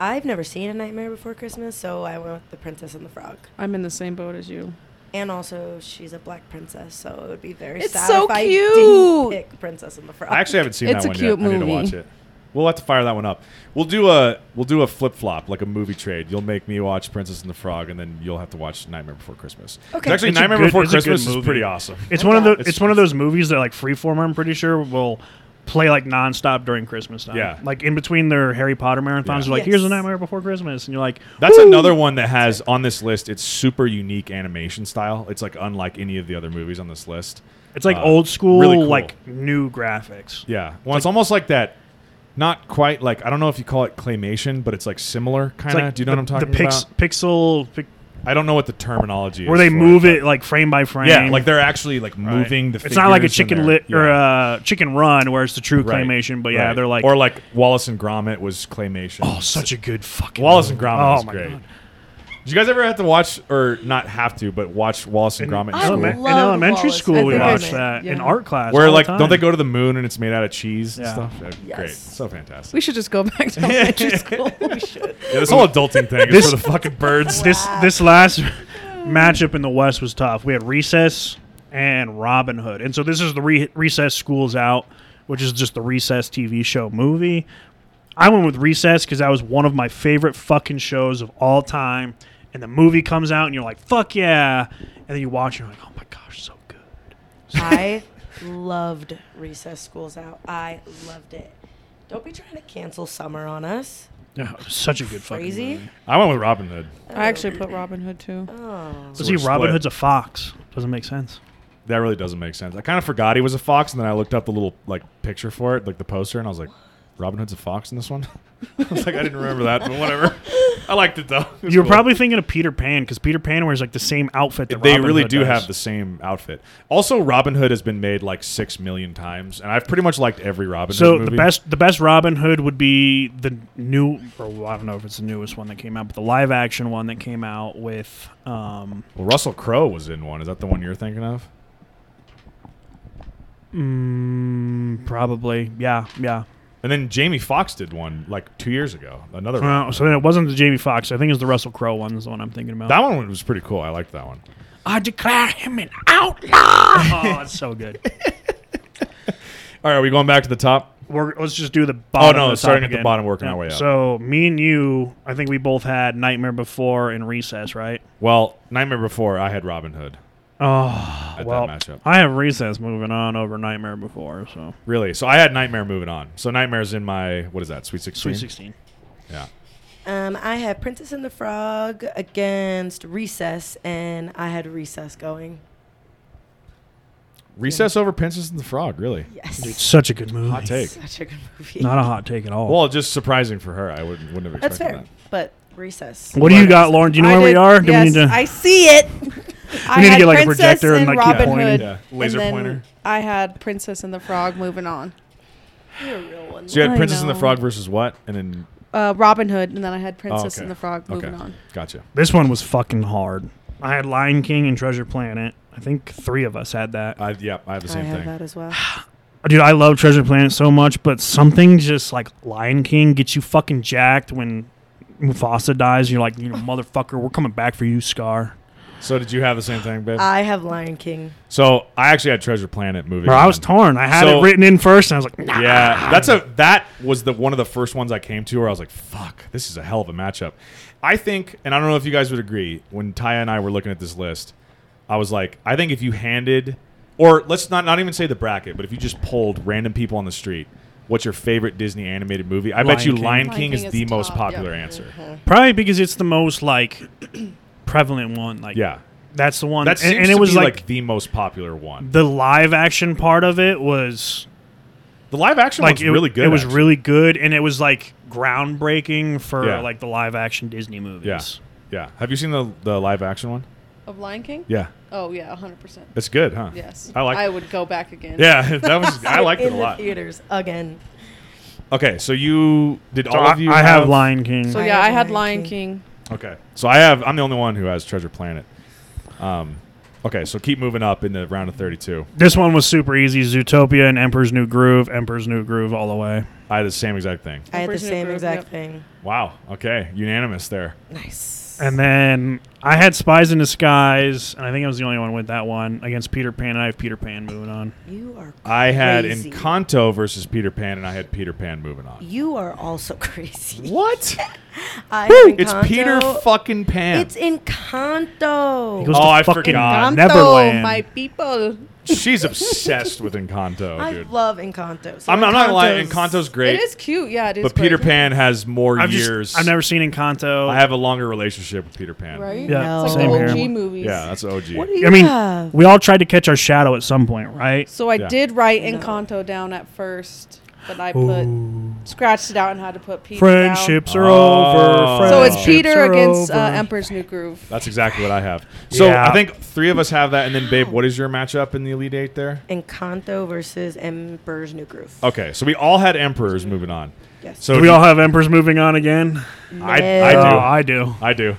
B: I've never seen A Nightmare Before Christmas, so I went with The Princess and the Frog.
D: I'm in the same boat as you.
B: And also, she's a black princess, so it would be very
E: It's
B: sad
E: so
B: if I didn't
E: cute.
B: pick Princess and the Frog.
C: I actually haven't seen
D: It's
C: that
D: a
C: one
D: cute
C: yet. I need to
D: movie.
C: watch it. We'll have to fire that one up. We'll do a we'll do a flip flop like a movie trade. You'll make me watch Princess and the Frog, and then you'll have to watch Nightmare Before Christmas.
B: Okay.
C: It's actually,
A: It's a
C: Nightmare
A: good-
C: Before
A: it's a good
C: Christmas is
A: movie.
C: pretty awesome.
A: It's one of the.
C: It's-
A: It's, one of those movies that like Freeform. I'm pretty sure will play like nonstop during Christmas time.
C: Yeah.
A: like in between their Harry Potter marathons,
C: Yeah.
A: they're like, "Here's a
B: Yes.
A: Nightmare Before Christmas," and you're like,
C: That's
A: "Woo!"
C: another one that has on this list. It's super unique animation style. It's like unlike any of the other movies on this list.
A: It's like
C: Uh,
A: old school,
C: really cool.
A: like new graphics.
C: Yeah. Well, it's, almost like that. Not quite like I don't know if you call it claymation, but it's like similar
A: It's
C: kind of.
A: like
C: do you know
A: the-
C: what I'm talking
A: the pix-
C: about?
A: Pixel, pic-
C: I don't know what the terminology
A: where
C: is.
A: they
C: for
A: move
C: but-
A: it like frame by frame.
C: Yeah, like they're actually like
A: Right.
C: moving the.
A: It's not like a
C: figures in
A: chicken
C: there.
A: lit or
C: Yeah.
A: uh, chicken run where it's the true
C: Right.
A: claymation, but yeah,
C: Right.
A: they're like
C: or like Wallace and Gromit was claymation.
A: Oh, such a good fucking
C: Wallace
A: movie.
C: and Gromit
A: Oh
C: was
A: my
C: great.
A: god.
C: Did Did you guys ever have to watch, or not have to, but watch Wallace and Gromit in
B: I
C: school?
A: Elemen- in
B: loved
A: elementary
B: Wallace.
A: school,
D: I
A: we
D: think I
A: watched
B: did.
A: that in
E: Yeah.
A: art class.
C: Where
A: all the
C: like
A: time.
C: don't they go to the moon and it's made out of cheese
A: Yeah.
C: and stuff? Uh, Great,
B: Yes.
C: so fantastic.
E: We should just go back to elementary school. We should.
C: Yeah, this whole adulting thing is
A: This-
C: for the fucking birds.
A: This this last matchup in the West was tough. We had recess and Robin Hood, and so this is the re- recess schools out, which is just the recess TV show movie. I went with Recess because that was one of my favorite fucking shows of all time. And the movie comes out, and you're like, "Fuck yeah!" And then you watch, and you're like, "Oh my gosh, so good."
B: I loved recess schools out. I loved it. Don't be trying to cancel summer on us.
A: Yeah, it was such a good fucking
B: Crazy.
A: movie.
C: I went with Robin Hood.
E: I actually put Robin Hood too.
B: Oh.
A: So
C: we're
A: see, Robin
C: split.
A: Hood's a fox. Doesn't make sense.
C: That really doesn't make sense. I kind of forgot he was a fox, and then I looked up the little like picture for it, like the poster, and I was like, "Robin Hood's a fox in this one." I was like, I didn't remember that, but whatever. I liked it though. It was
A: You're
C: cool.
A: probably thinking of Peter Pan because Peter Pan wears like the same outfit. That
C: they
A: Robin
C: really
A: Hood
C: do
A: does.
C: have the same outfit. Also, Robin Hood has been made like six million times, and I've pretty much liked every Robin
A: So
C: Hood
A: the
C: movie.
A: best, the best Robin Hood would be the new, or well, I don't know if it's the newest one that came out, but the live action one that came out with, um,
C: Well, Russell Crowe was in one. Is that the one you're thinking of?
A: mm, probably, yeah, yeah.
C: And then Jamie Foxx did one like two years ago. Another one.
A: Uh, so then it wasn't the Jamie Foxx. I think it was the Russell Crowe one. Is the one I'm thinking about.
C: That one was pretty cool. I liked that one.
A: I declare him an outlaw. oh, it's so good.
C: All right, are we going back to the top?
A: We're, let's just do the bottom.
C: Oh, no,
A: and the top
C: starting at the
A: again.
C: bottom, working our way up.
A: So me and you, I think we both had Nightmare Before and Recess, right?
C: Well, Nightmare Before, I had Robin Hood.
A: Oh,
C: that
A: well,
C: matchup.
A: I have Recess moving on over Nightmare Before, so
C: Really? So I had Nightmare moving on. So Nightmare's in my what is that? Sweet sixteen.
A: Sweet Sixteen.
C: Yeah.
B: Um, I had Princess and the Frog against Recess, and I had Recess going.
C: Recess over Princess and the Frog. Really?
A: Dude,
B: Yes.
A: such a good movie.
C: Hot take.
B: Such a good movie.
A: Not a hot take at all.
C: Well, just surprising for her. I wouldn't wouldn't have
B: That's
C: expected
B: fair.
C: that.
B: But Recess.
A: what do you got, Lauren? Do you know
E: I
A: where
E: did-
A: we are? Do
E: yes,
A: we need to?
E: I see it. I
A: need to
E: had
A: get, like, a
E: Princess
A: projector and,
E: and
A: like, keep
E: Robin
A: pointing.
E: Hood.
C: Yeah.
E: and
C: Laser
E: then
C: pointer.
E: I had Princess and the Frog moving on.
B: You're a real one.
C: So you had
E: I
C: Princess and the
E: know.
C: Frog versus what? And then
E: Uh, Robin Hood, and then I had
C: oh,
E: Princess
C: okay.
E: and the Frog moving
C: okay.
E: on.
C: Gotcha.
A: this one was fucking hard. I had Lion King and Treasure Planet. I think three of us had that. Uh,
C: I yeah, I have the
B: I
C: same
B: have
C: thing.
B: that as well.
A: Dude, I love Treasure Planet so much, but something just like Lion King gets you fucking jacked when Mufasa dies. And you're like, you know, motherfucker, we're coming back for you, Scar.
C: So did you have the same thing, babe?
B: I have Lion King.
C: so I actually had Treasure Planet moving.
A: Bro, I was
C: on.
A: torn. I had
C: So-
A: it written in first, and I was like, nah.
C: Yeah, that's a that was the one of the first ones I came to where I was like, "Fuck, this is a hell of a matchup." I think, and I don't know if you guys would agree. When Taya and I were looking at this list, I was like, "I think if you handed, or let's not not even say the bracket, but if you just pulled random people on the street, what's your favorite Disney animated movie?" I bet
A: Lion
C: you
A: King.
C: Lion,
E: Lion
C: King, is,
E: King is
C: the most
E: top, Mm-hmm.
C: popular
E: yeah.
C: answer.
A: Probably because it's the most like prevalent one. Like,
C: Yeah,
A: that's the one.
C: that
A: and,
C: seems
A: and it
C: to
A: was
C: be
A: like,
C: like, the most popular one.
A: the live action part of it was
C: The live action
A: like
C: one's
A: it,
C: really good.
A: It was
C: actually.
A: really good, and it was like groundbreaking for
C: Yeah.
A: like the live action Disney movies.
C: yeah, yeah. Have you seen the the live action one?
E: Of Lion King?
C: Yeah,
E: Oh yeah, hundred percent.
C: it's good, huh?
E: Yes.
C: I like.
E: I would go back again.
C: yeah, that was I liked it
B: in
C: a
B: the
C: lot.
B: theaters again.
C: Okay, so you did
A: So
C: all
A: I,
C: of you.
A: I have Lion King.
E: So
B: I
E: yeah,
B: had
E: I had
B: Lion
E: Lion
B: King.
E: King.
C: Okay, so I have. I'm the only one who has Treasure Planet. Um, okay, so keep moving up in the round of 32.
A: this one was super easy. Zootopia and Emperor's New Groove. Emperor's New Groove all the way.
C: I had the same exact thing.
B: I had the
E: Emperor's New
B: same
E: Groove,
B: exact
E: yep.
B: thing.
C: Wow. Okay, unanimous there.
B: Nice.
A: And then I had Spies in Disguise, and I think I was the only one with that one against Peter Pan. And I have Peter Pan moving on.
B: you are. Crazy.
C: I had Encanto versus Peter Pan, and I had Peter Pan moving on.
B: You are also crazy.
C: What?
B: I had
C: It's Peter
B: Encanto.
C: fucking Pan.
B: It's Encanto.
A: He goes
C: Oh,
A: to
C: I
A: fucking
C: forgot.
A: Neverland.
E: my people.
C: She's obsessed with Encanto,
B: I
C: dude.
B: love Encanto. So
C: I'm, I'm not gonna lie,
B: Encanto's-
C: Encanto's great,
E: It is cute. Yeah, it is.
C: but Peter
E: great.
C: Pan has more
A: I've just-
C: years.
A: I've never seen Encanto.
C: I have a longer relationship with Peter Pan.
E: Right?
A: Yeah,
B: No.
E: It's like
A: same
E: the
A: here.
E: OG movies.
C: Yeah, that's OG.
B: What do you
A: I mean,
B: have?
A: we all tried to catch our shadow at some point, right?
E: So I
C: Yeah.
E: did write
B: No.
E: Encanto down at first, but I put scratched it out and had to put Peter
A: Friendships are
C: Oh.
A: over.
E: down. So it's
A: friendships
E: Peter
A: are
E: against uh,
A: over.
E: Emperor's New Groove.
C: That's exactly what I have. So
A: Yeah.
C: I think three of us have that, and then Babe, what is your matchup in the Elite Eight there?
B: Encanto versus Emperor's New Groove.
C: Okay, so we all had Emperors moving on.
B: Yes.
C: So
A: Do we all have Emperors moving on again?
C: I,
B: No.
C: I
A: Oh,
C: do.
A: I do.
C: I do.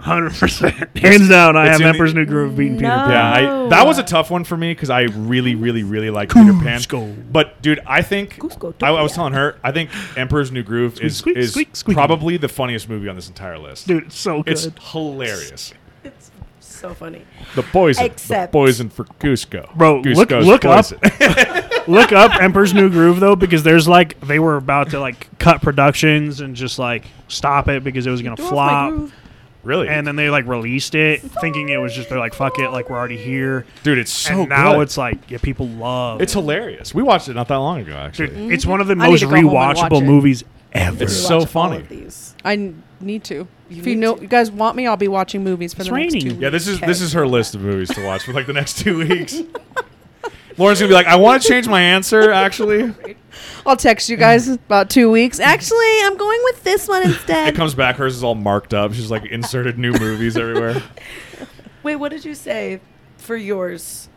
A: Hundred percent, hands down. I
C: It's
A: have
C: in the-
A: Emperor's New Groove beating Peter
B: No.
A: Pan.
C: Yeah, I,
B: Oh.
C: that was a tough one for me because I really, really, really like Peter Pan.
A: Cusco.
C: But dude, I think
B: Cusco,
C: I, I was
B: Tokyo.
C: telling her I think Emperor's New Groove is
A: squeak,
C: is
A: squeak, squeak.
C: probably the funniest movie on this entire list.
A: Dude, it's so good.
C: it's hilarious.
B: It's so funny.
C: The poison,
B: Except-
C: the poison for Cusco,
A: Bro, look-
C: Cusco's
A: look up.
C: poison.
A: Look up Emperor's New Groove though, because there's like they were about to like cut productions and just like stop it because it was gonna flop.
C: really,
A: And then they like released it, thinking it was just they're like fuck it, like we're already here.
C: dude, it's so
A: and now
C: good.
A: it's like yeah, people love.
C: it's
A: it.
C: hilarious. We watched it not that long ago, actually.
A: Dude, it's one of the
D: need
A: most
D: to go home and watch
A: rewatchable
D: it.
A: movies ever.
C: It's
B: We
C: so
B: watch all
C: funny.
B: of these.
E: I n- need to. if
B: need
E: you know,
B: to.
E: you guys want me, I'll be watching movies for
A: It's
E: the next two.
A: raining.
C: Yeah, this is this
B: Okay.
C: is her list of movies to watch for like the next two weeks. Lauren's gonna be like, I want to change my answer. Actually,
E: I'll text you guys about two weeks. Actually, I'm going with this one
C: it
E: instead.
C: comes back. Hers is all marked up. She's like inserted new movies everywhere.
B: Wait, what did you say for yours?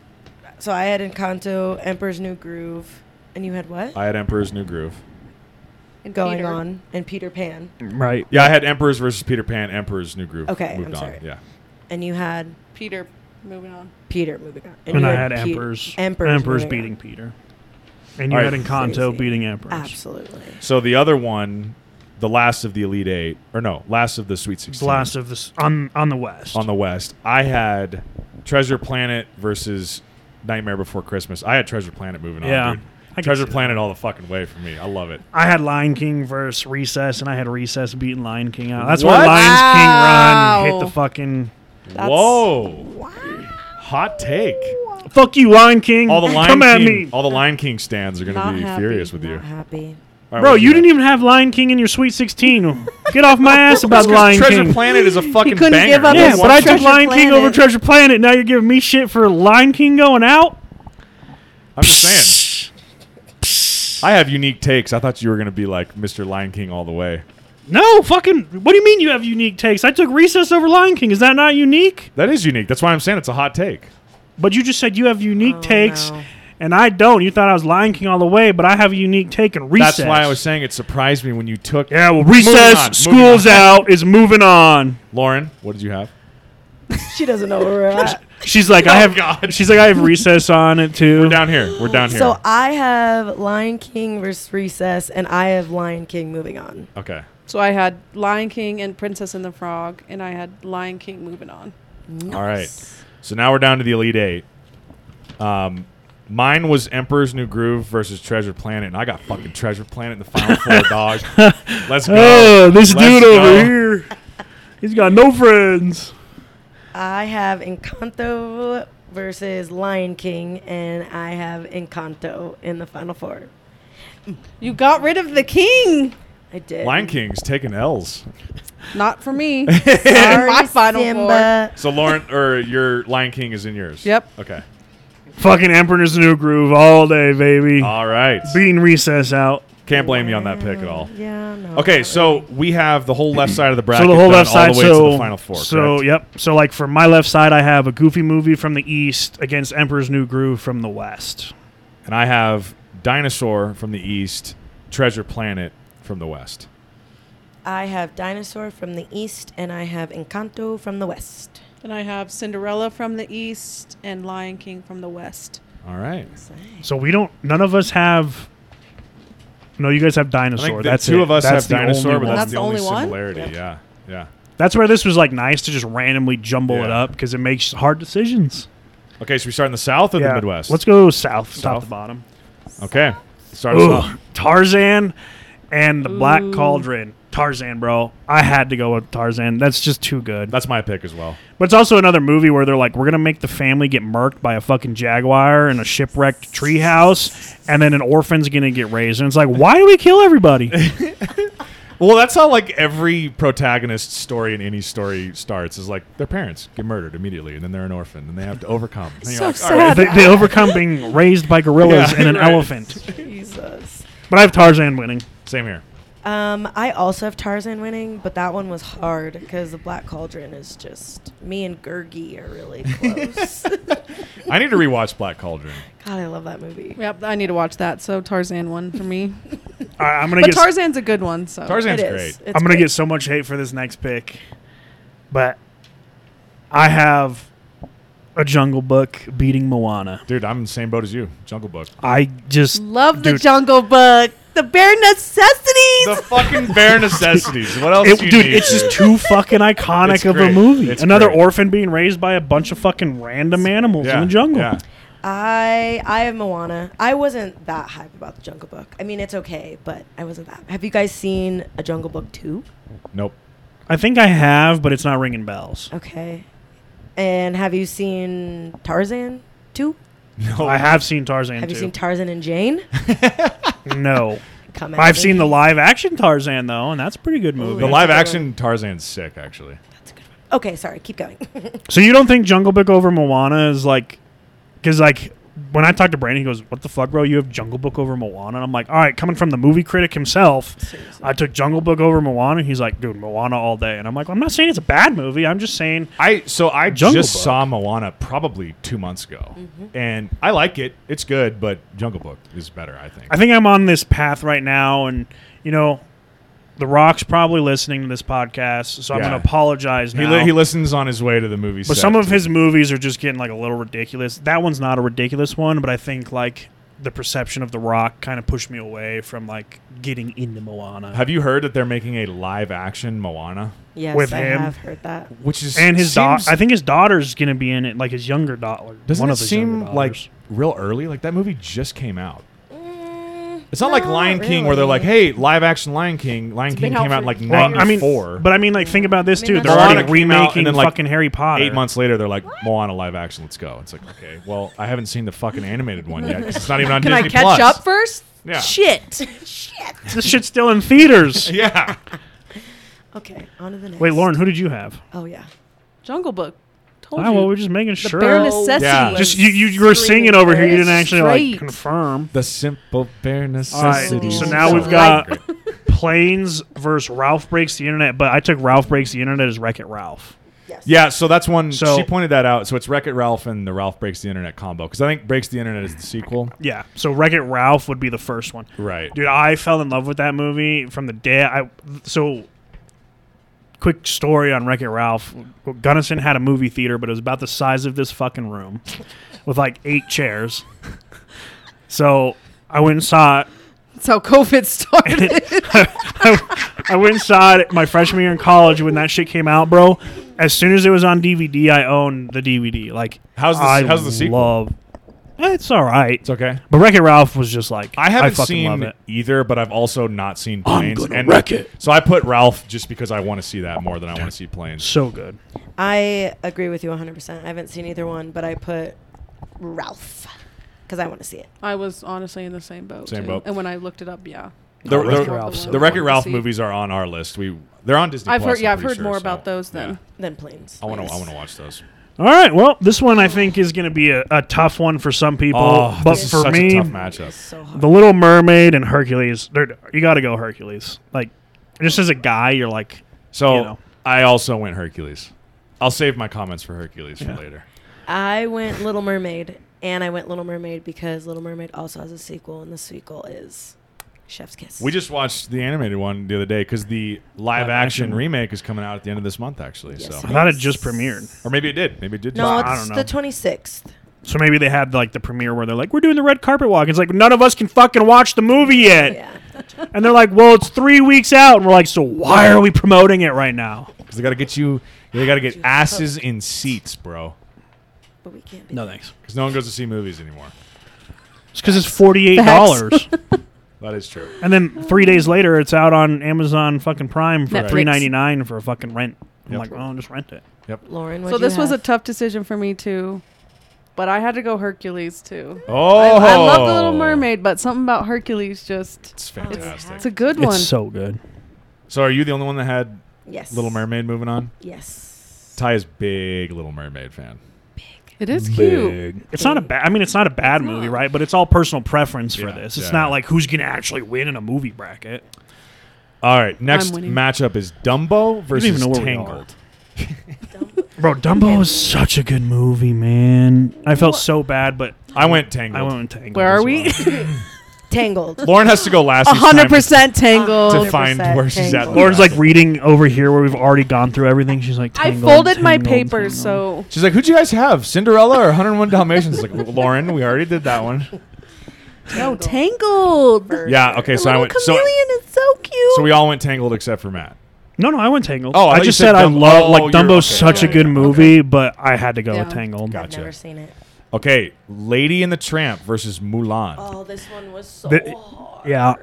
B: So I had Encanto, Emperor's New Groove, and you had what?
C: I had Emperor's New Groove.
E: And
B: Going
E: Peter.
B: on and Peter Pan,
A: right.
C: Yeah, I had Emperor's versus Peter Pan. Emperor's New Groove.
B: Okay,
C: moved
B: I'm
C: on.
B: sorry.
C: Yeah,
B: and you had
E: Peter, moving on.
B: Peter moving on,
A: And,
B: you
A: I had
B: Pe-
A: Emperor's
B: Emperor's, moving on.
A: beating Peter. And you
C: All
A: had
C: right.
A: Encanto
B: Crazy.
A: beating Emperor's.
B: Absolutely.
C: So the other one, the last of the Elite Eight, or no, last of the Sweet
A: The
C: Sixteen.
A: last of this on on the West.
C: on the West. I had Treasure Planet versus Nightmare Before Christmas. I had Treasure Planet moving
A: Yeah,
C: on.
A: I
C: Dude.
A: can
C: Treasure
A: see that.
C: Planet all the fucking way for me. I love it.
A: I had Lion King versus Recess, and I had Recess beating Lion King out. That's where
C: What?
A: Lion King run
E: Wow.
A: hit the fucking
E: That's-
C: Whoa. Hot take.
A: fuck you, Lion King.
C: All the Lion
A: come
C: King,
A: at me,
C: all the Lion King stands are going to
E: Not
C: be
E: happy,
C: furious with you,
B: Not happy.
C: All right,
A: bro.
C: what do
A: You didn't
C: got?
A: even have Lion King in your Sweet Sixteen. Get off my ass about
C: That's 'cause
A: Lion
C: Treasure
A: King.
C: Planet is a fucking
E: couldn't
C: banger.
E: give up
A: yeah,
E: his
A: but I took
E: Treasure
A: Lion King over
E: Planet.
A: Treasure Planet. Now you're giving me shit for Lion King going out.
C: I'm just saying. I have unique takes. I thought you were going to be like Mr. Lion King all the way.
A: No, fucking. What do you mean you have unique takes? I took Recess over Lion King. Is that not unique?
C: That is unique. That's why I'm saying it's a hot take.
A: But you just said you have unique
B: Oh,
A: takes,
B: no.
A: and I don't. You thought I was Lion King all the way, but I have a unique take in Recess.
C: That's why I was saying it surprised me when you took
A: Yeah, well,
C: Moving
A: recess,
C: on,
A: school's
C: moving on.
A: out, is moving on.
C: Lauren, what did you have?
B: She doesn't know where we're at.
A: She's like, I
C: Oh,
A: have.
C: God.
A: She's like, I have recess on it too.
C: Down here. We're down here.
B: So I have Lion King versus Recess, and I have Lion King moving on.
C: okay.
E: So I had Lion King and Princess and the Frog, and I had Lion King moving on.
C: All right. So now we're down to the Elite Eight. Um, mine was Emperor's New Groove versus Treasure Planet, and I got fucking Treasure Planet in the final four, dog. Let's go.
A: Oh, this
C: Let's
A: dude over
C: go.
A: here, he's got no friends.
B: I have Encanto versus Lion King, and I have Encanto in the final four.
E: You got rid of the king.
B: I did.
C: Lion King's taking L's.
E: Not for me.
B: Sorry,
E: my final
B: Simba.
C: So Lauren, or your Lion King is in yours.
E: Yep.
C: Okay.
A: Fucking Emperor's New Groove all day, baby.
C: All right.
A: Beating recess out.
C: Can't blame you on that pick at all.
B: Yeah. No,
C: Okay,
B: not
C: so we have the whole left side of the bracket.
A: So the whole
C: done
A: left
C: all
A: side.
C: the way
A: So
C: to the final four.
A: So
C: correct?
A: yep. So like for my left side, I have a Goofy movie from the East against Emperor's New Groove from the West.
C: and I have Dinosaur from the east, Treasure Planet from the west.
B: really. I have Dinosaur from the east, and I have Encanto from the west.
E: And I have Cinderella from the east and Lion King from the west.
C: All right.
A: So we don't. None of us have. No, you guys have dinosaur.
C: I think the
A: that's
C: two
A: it.
C: of us
A: That's
C: have
A: the only
C: dinosaur,
A: one.
C: but that's,
E: That's
C: the
E: the
C: only,
E: only one?
C: similarity. Yeah, yeah.
A: That's where this was like nice to just randomly jumble it
C: Yeah.
A: up because it makes hard decisions.
C: Okay, so we start in the south or the
A: Yeah.
C: Midwest?
A: Let's go south, south,
C: South.
A: to bottom.
C: Okay, start us
A: Ugh,
C: off.
A: Tarzan and the Black
E: Ooh.
A: Cauldron. Tarzan, bro. I had to go with Tarzan. That's just too good.
C: That's my pick as well.
A: But it's also another movie where they're like, we're gonna make the family get murked by a fucking jaguar in a shipwrecked treehouse, and then an orphan's gonna get raised. And it's like, why do we kill everybody?
C: Well, that's how like every protagonist's story in any story starts is like their parents get murdered immediately, and then they're an orphan, and they have to overcome. And you're
E: So
C: like, all
E: sad.
A: they, they overcome being raised by gorillas
C: Yeah,
A: and an
C: right.
A: elephant.
B: Jesus.
A: But I have Tarzan winning.
C: Same here.
B: Um, I also have Tarzan winning, but that one was hard because the Black Cauldron is just me and Gurgi are really close.
C: I need to rewatch Black Cauldron.
B: God, I love that movie.
E: Yep, I need to watch that. So Tarzan won for me.
A: All right, I'm gonna
E: But
A: get.
E: Tarzan's a good one. So
C: Tarzan's
B: It
C: great.
B: is. It's
A: I'm gonna
B: great.
A: get so much hate for this next pick, but I have a Jungle Book beating Moana.
C: Dude, I'm in the same boat as you. Jungle Book.
A: I just
D: Love the
A: Dude.
D: Jungle Book. The bare necessities.
C: The fucking bare necessities. What else
A: It-
C: do you
A: dude,
C: need,
A: it's just too fucking iconic
C: It's
A: of a
C: great.
A: movie.
C: It's
A: Another
C: great.
A: orphan being raised by a bunch of fucking random animals
C: Yeah,
A: in the jungle.
C: yeah.
B: I I have Moana. I wasn't that hype about the Jungle Book. I mean, it's okay, but I wasn't that. Have you guys seen a Jungle Book two?
C: Nope.
A: I think I have, but it's not ringing bells.
B: Okay. And have you seen Tarzan two?
C: No.
A: I have seen Tarzan.
B: Oh. Have you
A: too.
B: seen Tarzan and Jane?
A: no,
B: Come at
A: I've
B: me.
A: seen the live action Tarzan though, and that's a pretty good movie.
C: The
B: Ooh.
C: live action Tarzan's sick, actually.
B: Okay, sorry. Keep going.
A: so you don't think Jungle Book over Moana is like, because like when I talk to Brandon, he goes, "What the fuck, bro? You have Jungle Book over Moana?" And I'm like, "All right, coming from the movie critic himself, I took Jungle Book over Moana." And he's like, "Dude, Moana all day." And I'm like, "I'm not saying it's a bad movie. I'm just saying
C: I so I
A: Jungle
C: just
A: Book.
C: saw Moana probably two months ago, and I like it. It's good, but Jungle Book is better, I think.
A: I think I'm on this path right now, and you know, The Rock's probably listening to this podcast, so I'm
C: Yeah.
A: going to apologize now.
C: he, li- he listens on his way to the movie.
A: but
C: set,
A: some of
C: too.
A: his movies are just getting like a little ridiculous. That one's not a ridiculous one, but I think like the perception of The Rock kind of pushed me away from like getting into Moana.
C: Have you heard that they're making a live action Moana,
B: yes,
A: With
B: I
A: him.
B: have heard that.
C: which is
A: and his daughter,
C: seems-
A: I think his daughter's going to be in it, like his younger daughter.
C: doesn't
A: one
C: it
A: of his
C: seem
A: younger
C: like
A: daughters.
C: real early? Like that movie just came out.
B: Mm,
C: It's not like
B: not
C: Lion King where they're like,
B: really.
C: "Hey, live action Lion King." Lion
E: It's
C: King
E: been out
C: came out
E: for
C: in like
E: years.
A: Well, I mean,
C: '94.
A: but I mean, like, think about this
E: I
A: too.
E: mean,
A: They're
E: that's-
A: already
C: Moana came out, and
A: remaking
C: then, like,
A: fucking Harry Potter.
C: Eight months later, they're like Moana live action. Let's go. It's like okay, well, I haven't seen the fucking animated one yet. 'cause It's not even on
E: Can
C: Disney
E: I catch
C: Plus.
E: up first?
C: Yeah.
E: Shit.
A: This shit's still in theaters.
C: Yeah.
B: Okay, on to the next.
A: Wait, Lauren, who did you have?
B: Oh yeah.
E: Jungle Book. Told
A: Ah,
E: you.
A: well, we're just making
E: the
A: sure.
E: bare necessities.
C: Yeah.
A: just you, you, you were singing over here. You didn't actually like
E: Straight.
A: confirm.
C: The simple bare
A: necessities.
B: so now we've
A: got- Planes versus Ralph breaks the internet, but I took Ralph breaks the internet as Wreck It Ralph.
B: Yes.
C: Yeah, so that's one.
A: So-
C: she pointed that out. So it's Wreck It Ralph and the Ralph Breaks the Internet combo. Because I think Breaks the Internet is the sequel.
A: Yeah, so Wreck It Ralph would be the first one.
C: Right.
A: Dude, I fell in love with that movie from the day I. So, quick story on Wreck It Ralph. Gunnison had a movie theater, but it was about the size of this fucking room with like eight chairs. So, I went and saw it.
D: That's how COVID started.
A: I went and saw it my freshman year in college when that shit came out, bro. As soon as it was on DVD, I owned the DVD. Like,
C: How's the-
A: I
C: how's the sequel?
A: Love, Eh, it's all right.
C: It's okay.
A: But Wreck It Ralph was just like
C: I haven't
A: fucking love
C: seen
A: it.
C: either, but I've also not seen
A: I'm
C: Planes.
A: gonna wreck it.
C: So I put Ralph just because I want to see that more than I want to see Planes.
A: So good.
B: I agree with you 100%. I haven't seen either one, but I put Ralph because I want to see it.
D: I was honestly in the same boat.
C: Same
D: too.
C: boat.
D: And when I looked it up, yeah.
C: The,
A: Wreck-It
C: the,
A: Ralph's so
C: the Wreck It
D: good.
C: Ralph
D: See.
C: movies are on our list. We they're on Disney.
D: I've
C: Plus,
D: heard. Yeah,
C: I'm
D: I've
C: pretty
D: heard
C: sure,
D: more
C: so-
D: about those than.
C: yeah.
B: Then planes.
C: I want to.
B: please.
C: I want to watch those.
A: All right. Well, this one I think is going to be a, a tough one for some people,
C: Oh,
A: but
C: this is
A: for
C: such
A: me,
C: a tough matchup.
B: So hard.
A: The Little Mermaid and Hercules. They're, you got to go Hercules. Like, just as a guy, you're like,
C: So
A: You know.
C: I also went Hercules. I'll save my comments for Hercules for later.
B: I went Little Mermaid, and I went Little Mermaid because Little Mermaid also has a sequel, and the sequel is Chef's Kiss.
C: We just watched the animated one the other day because the live,
A: Live
C: action,
A: action.
C: remake is coming out at the end of this month, actually.
B: Yes,
C: so,
A: I thought it just premiered.
C: or maybe it did. Maybe it did.
B: no,
A: I
B: it's
A: don't know.
B: the 26th.
A: So maybe they had like the premiere where they're like, "We're doing the red carpet walk." It's like none of us can fucking watch the movie yet,
B: Yeah.
A: and they're like, "Well, it's three weeks out," and we're like, "So why are we promoting it right now?"
C: because they got to get you. They got to get asses in seats, bro.
B: But we can't be.
A: No thanks.
C: Because no one goes to see movies anymore.
A: It's because it's forty eight dollars,
C: That is true.
A: and then three days later, it's out on Amazon fucking Prime for
D: Netflix.
A: three ninety nine for a fucking rent. I'm
C: Yep.
A: like, "Oh, just rent it."
B: Lauren,
E: So this was a tough decision for me too, but I had to go Hercules too.
C: Oh,
E: I, I love the Little Mermaid, but something about Hercules just.
C: It's
E: It's
C: fantastic.
E: a good one.
A: It's so good.
C: so, are you the only one that had
B: yes.
C: Little Mermaid moving on?
B: Yes.
C: Ty is big Little Mermaid fan.
D: It is cute.
A: It's not a bad. I mean, it's not a bad movie, right? But it's all personal preference for
C: Yeah,
A: this. It's
C: yeah.
A: not like who's gonna actually win in a movie bracket.
C: All right, next
D: I'm winning.
C: matchup is Dumbo versus
A: even know where we are.
C: Tangled.
A: Bro, Dumbo is such a good movie, man. I felt so bad, but
C: I went Tangled.
A: I went with Tangled.
E: Where
A: as
E: are we?
A: well.
B: Tangled.
C: Lauren has to go last. each time
D: hundred percent tangled.
C: to find where she's at.
B: Tangled.
A: Lauren's like reading over here where we've already gone through everything. She's like,
E: I
A: tangled,
E: folded my
A: tangled,
E: papers,
A: tangled.
E: so
C: She's like, "Who'd you guys have, Cinderella or 101 Dalmatians?" It's like Lauren, we already did that one.
E: Oh,
D: No, tangled.
C: Yeah. Okay. So I went. So,
D: is so cute.
C: so we all went Tangled except for Matt.
A: No, no, I went Tangled.
C: Oh, I
A: I,
C: thought
A: just
C: you said
A: said, I
C: Dumb-
A: love
C: oh,
A: like
C: you're-
A: Dumbo's
C: okay,
A: such
C: yeah,
A: a good
C: yeah,
A: movie, but I had to go
D: Yeah.
A: with Tangled.
C: Got
B: I've never seen it.
C: Okay, Lady and the Tramp versus Mulan.
B: Oh, this one was so
A: The-
B: hard.
A: yeah.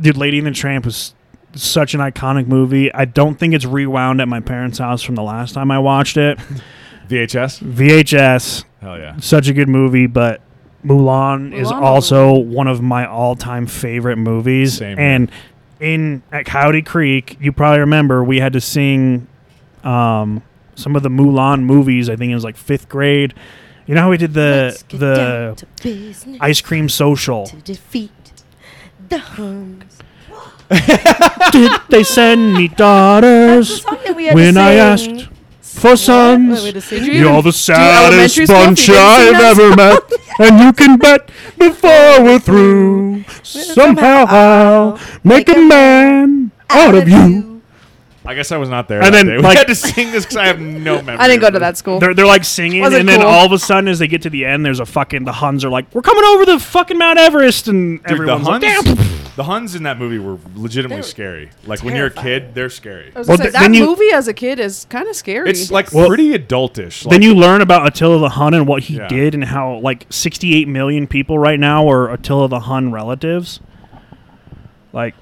A: Dude, Lady and the Tramp was such an iconic movie. I don't think it's rewound at my parents' house from the last time I watched it.
C: VHS.
A: VHS,
C: Hell yeah.
A: such a good movie, but Mulan, is
D: Mulan.
A: also one of my all-time favorite movies.
C: Same here.
A: and in at Coyote Creek, you probably remember we had to sing um, some of the Mulan movies. I think it was like fifth grade. You know how we did the
B: Let's get down
A: the
B: to business
A: ice cream social?
B: to defeat the Huns.
A: did they send me daughters? When I asked for sons.
E: did you
A: You're
E: even
A: the saddest
E: elementary school if you
A: bunch
E: didn't sing
A: I've
E: that
A: ever met, and you can bet before we're through, somehow I'll make a man out of you.
C: I guess I was not there.
A: And
C: that
A: then,
C: day. we
A: like-
C: had to sing this because I have no memory.
D: I didn't go
C: of
D: to
C: it.
D: that school.
A: They're, they're like singing,
D: Wasn't
A: and then
D: cool.
A: all of a sudden, as they get to the end, there's a fucking the Huns are like, "We're coming over the fucking Mount Everest," and
C: Dude, the
A: everyone's
C: Huns.
A: like, "Damn!"
C: the Huns in that movie were legitimately
B: They're
C: scary. Like when you're a
B: terrifying.
C: kid, they're scary.
E: I was
A: Well,
E: gonna
A: th-
E: say, that
A: then you-
E: movie as a kid is kind of scary.
C: It's like
A: Well,
C: pretty adultish. Like,
A: Then you learn about Attila the Hun and what he
C: Yeah.
A: did, and how like 68 million people right now are Attila the Hun relatives. Like,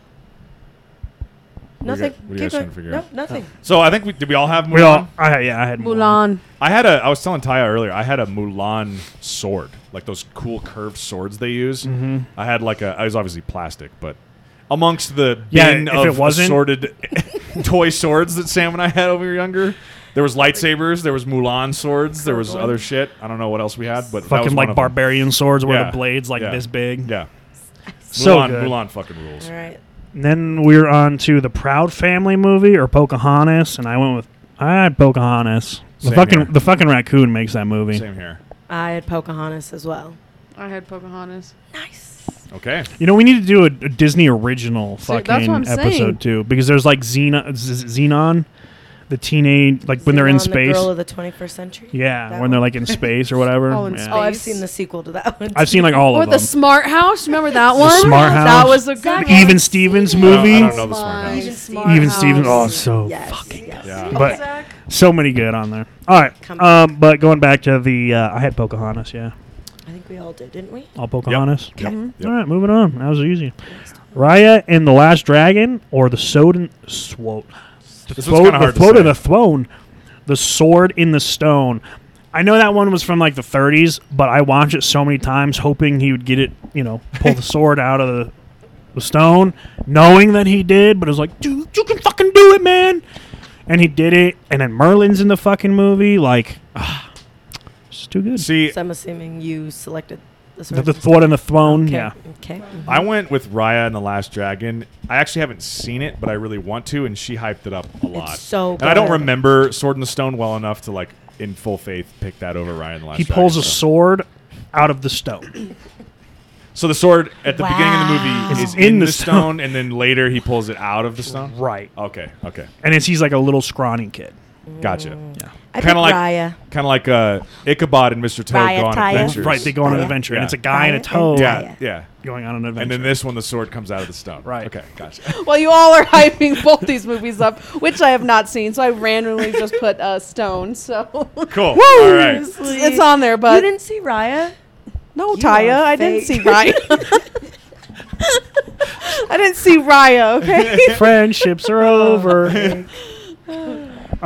C: Nothing.
B: Nothing.
C: What are you guys Keep trying it. to figure
B: no,
C: out? Oh.
B: nothing.
C: so I think we did. We all have Mulan.
A: we all, I, yeah, I had
D: Mulan.
C: I had a. I was telling Taya earlier. I had a Mulan sword, like those cool curved swords they use.
A: Mm-hmm.
C: I had like a. I was obviously plastic, but amongst the
A: Yeah,
C: bin
A: if
C: of
A: it wasn't-
C: assorted toy swords that Sam and I had when we were younger, there was lightsabers, there was Mulan swords, there was other shit. I don't know what else we had, but that was
A: fucking
C: one
A: like
C: of them.
A: barbarian swords where
C: Yeah,
A: the blades like
C: yeah,
A: this big.
C: Yeah,
A: So
C: Mulan,
A: good.
C: Mulan fucking rules.
B: All right.
A: And then we're on to the Proud Family movie or Pocahontas, and I went with I had Pocahontas. The
C: Same
A: fucking
C: here.
A: the fucking raccoon makes that movie.
C: Same here.
B: I had Pocahontas as well.
D: I had Pocahontas.
B: Nice.
C: Okay,
A: You know, we need to do a, a Disney original
D: See, that's
A: fucking
D: what I'm saying.
A: episode too, because there's like Xena, Z- Xenon, the teenage like when they're in
B: Xenon, the
A: space.
B: girl of the 21st century.
A: yeah,
B: That
A: when they're
B: one.
A: like in space or whatever.
D: All in
A: Yeah.
B: Oh, I've
D: Space.
B: seen the sequel to that one.
A: I've seen like all
D: Or
A: of
D: the
A: them.
D: Smart House. Remember that one?
A: Smart
D: That
A: House.
D: was a good
B: That
D: one.
A: The Even Stevens
C: I don't-
A: movie.
C: I don't know this one.
D: Even
B: Even
D: Smart
A: Even
D: House.
A: Stevens. Oh, it's so
B: yes,
A: fucking
B: yes.
C: Yeah.
A: But- so many good on there. All right,
B: Come
A: um, but going back to the uh, I had Pocahontas. Yeah,
B: I think we all did, didn't we?
A: all Pocahontas.
C: Yep. Yep.
B: Mm-hmm.
A: All right, moving on. That was easy. Raya and the Last Dragon, or the Soden Swoat. The,
C: This one's kinda hard
A: the
C: to
A: Float
C: say.
A: the Throne, the Sword in the Stone. I know that one was from like the 30s, but I watched it so many times, hoping he would get it. You know, pull the sword out of the, the stone, knowing that he did. But it was like, dude, you can fucking do it, man. And he did it. And then Merlin's in the fucking movie. Like, ah, it's too good.
C: See,
B: So I'm assuming you selected this
A: The, the Sword and the Throne.
B: Okay.
A: Yeah.
B: Okay. mhm.
C: I went with Raya and the Last Dragon. I actually haven't seen it, but I really want to, and she hyped it up a lot.
B: so
C: And I don't
B: good.
C: remember Sword in the Stone well enough to like in full faith pick that over Raya and the Last
A: He
C: Dragon.
A: pulls a
C: so.
A: sword out of the stone.
C: So the sword at the beginning of
B: Wow.
C: the movie is
A: It's
C: in the stone, and then later he pulls it out of the stone.
A: right.
C: Okay, okay,
A: And it's he's like a little scrawny kid.
C: gotcha.
B: Mm. I
C: Kind
B: picked
C: of like,
B: Raya.
C: kind of like uh, Ichabod and Mr. Toad
B: Raya,
C: go on
B: Taya.
C: adventures.
A: Right, they go on an
B: Yeah.
A: adventure, and
C: Yeah.
A: it's a guy and a
B: Fire and
A: toad
C: Yeah, yeah,
B: Raya.
A: going on an adventure.
C: And then this one, the sword comes out of the stone.
A: Right.
C: Okay, gotcha.
D: Well, you all are hyping both these movies up, which I have not seen, so I randomly just put uh, Stone. So
C: Cool. All right.
D: it's on there,
B: You
D: but
B: didn't see Raya?
D: no,
B: You
D: Taya,
B: are
D: I didn't see
B: fake.
D: Raya. I didn't see Raya. Okay.
A: friendships are over. All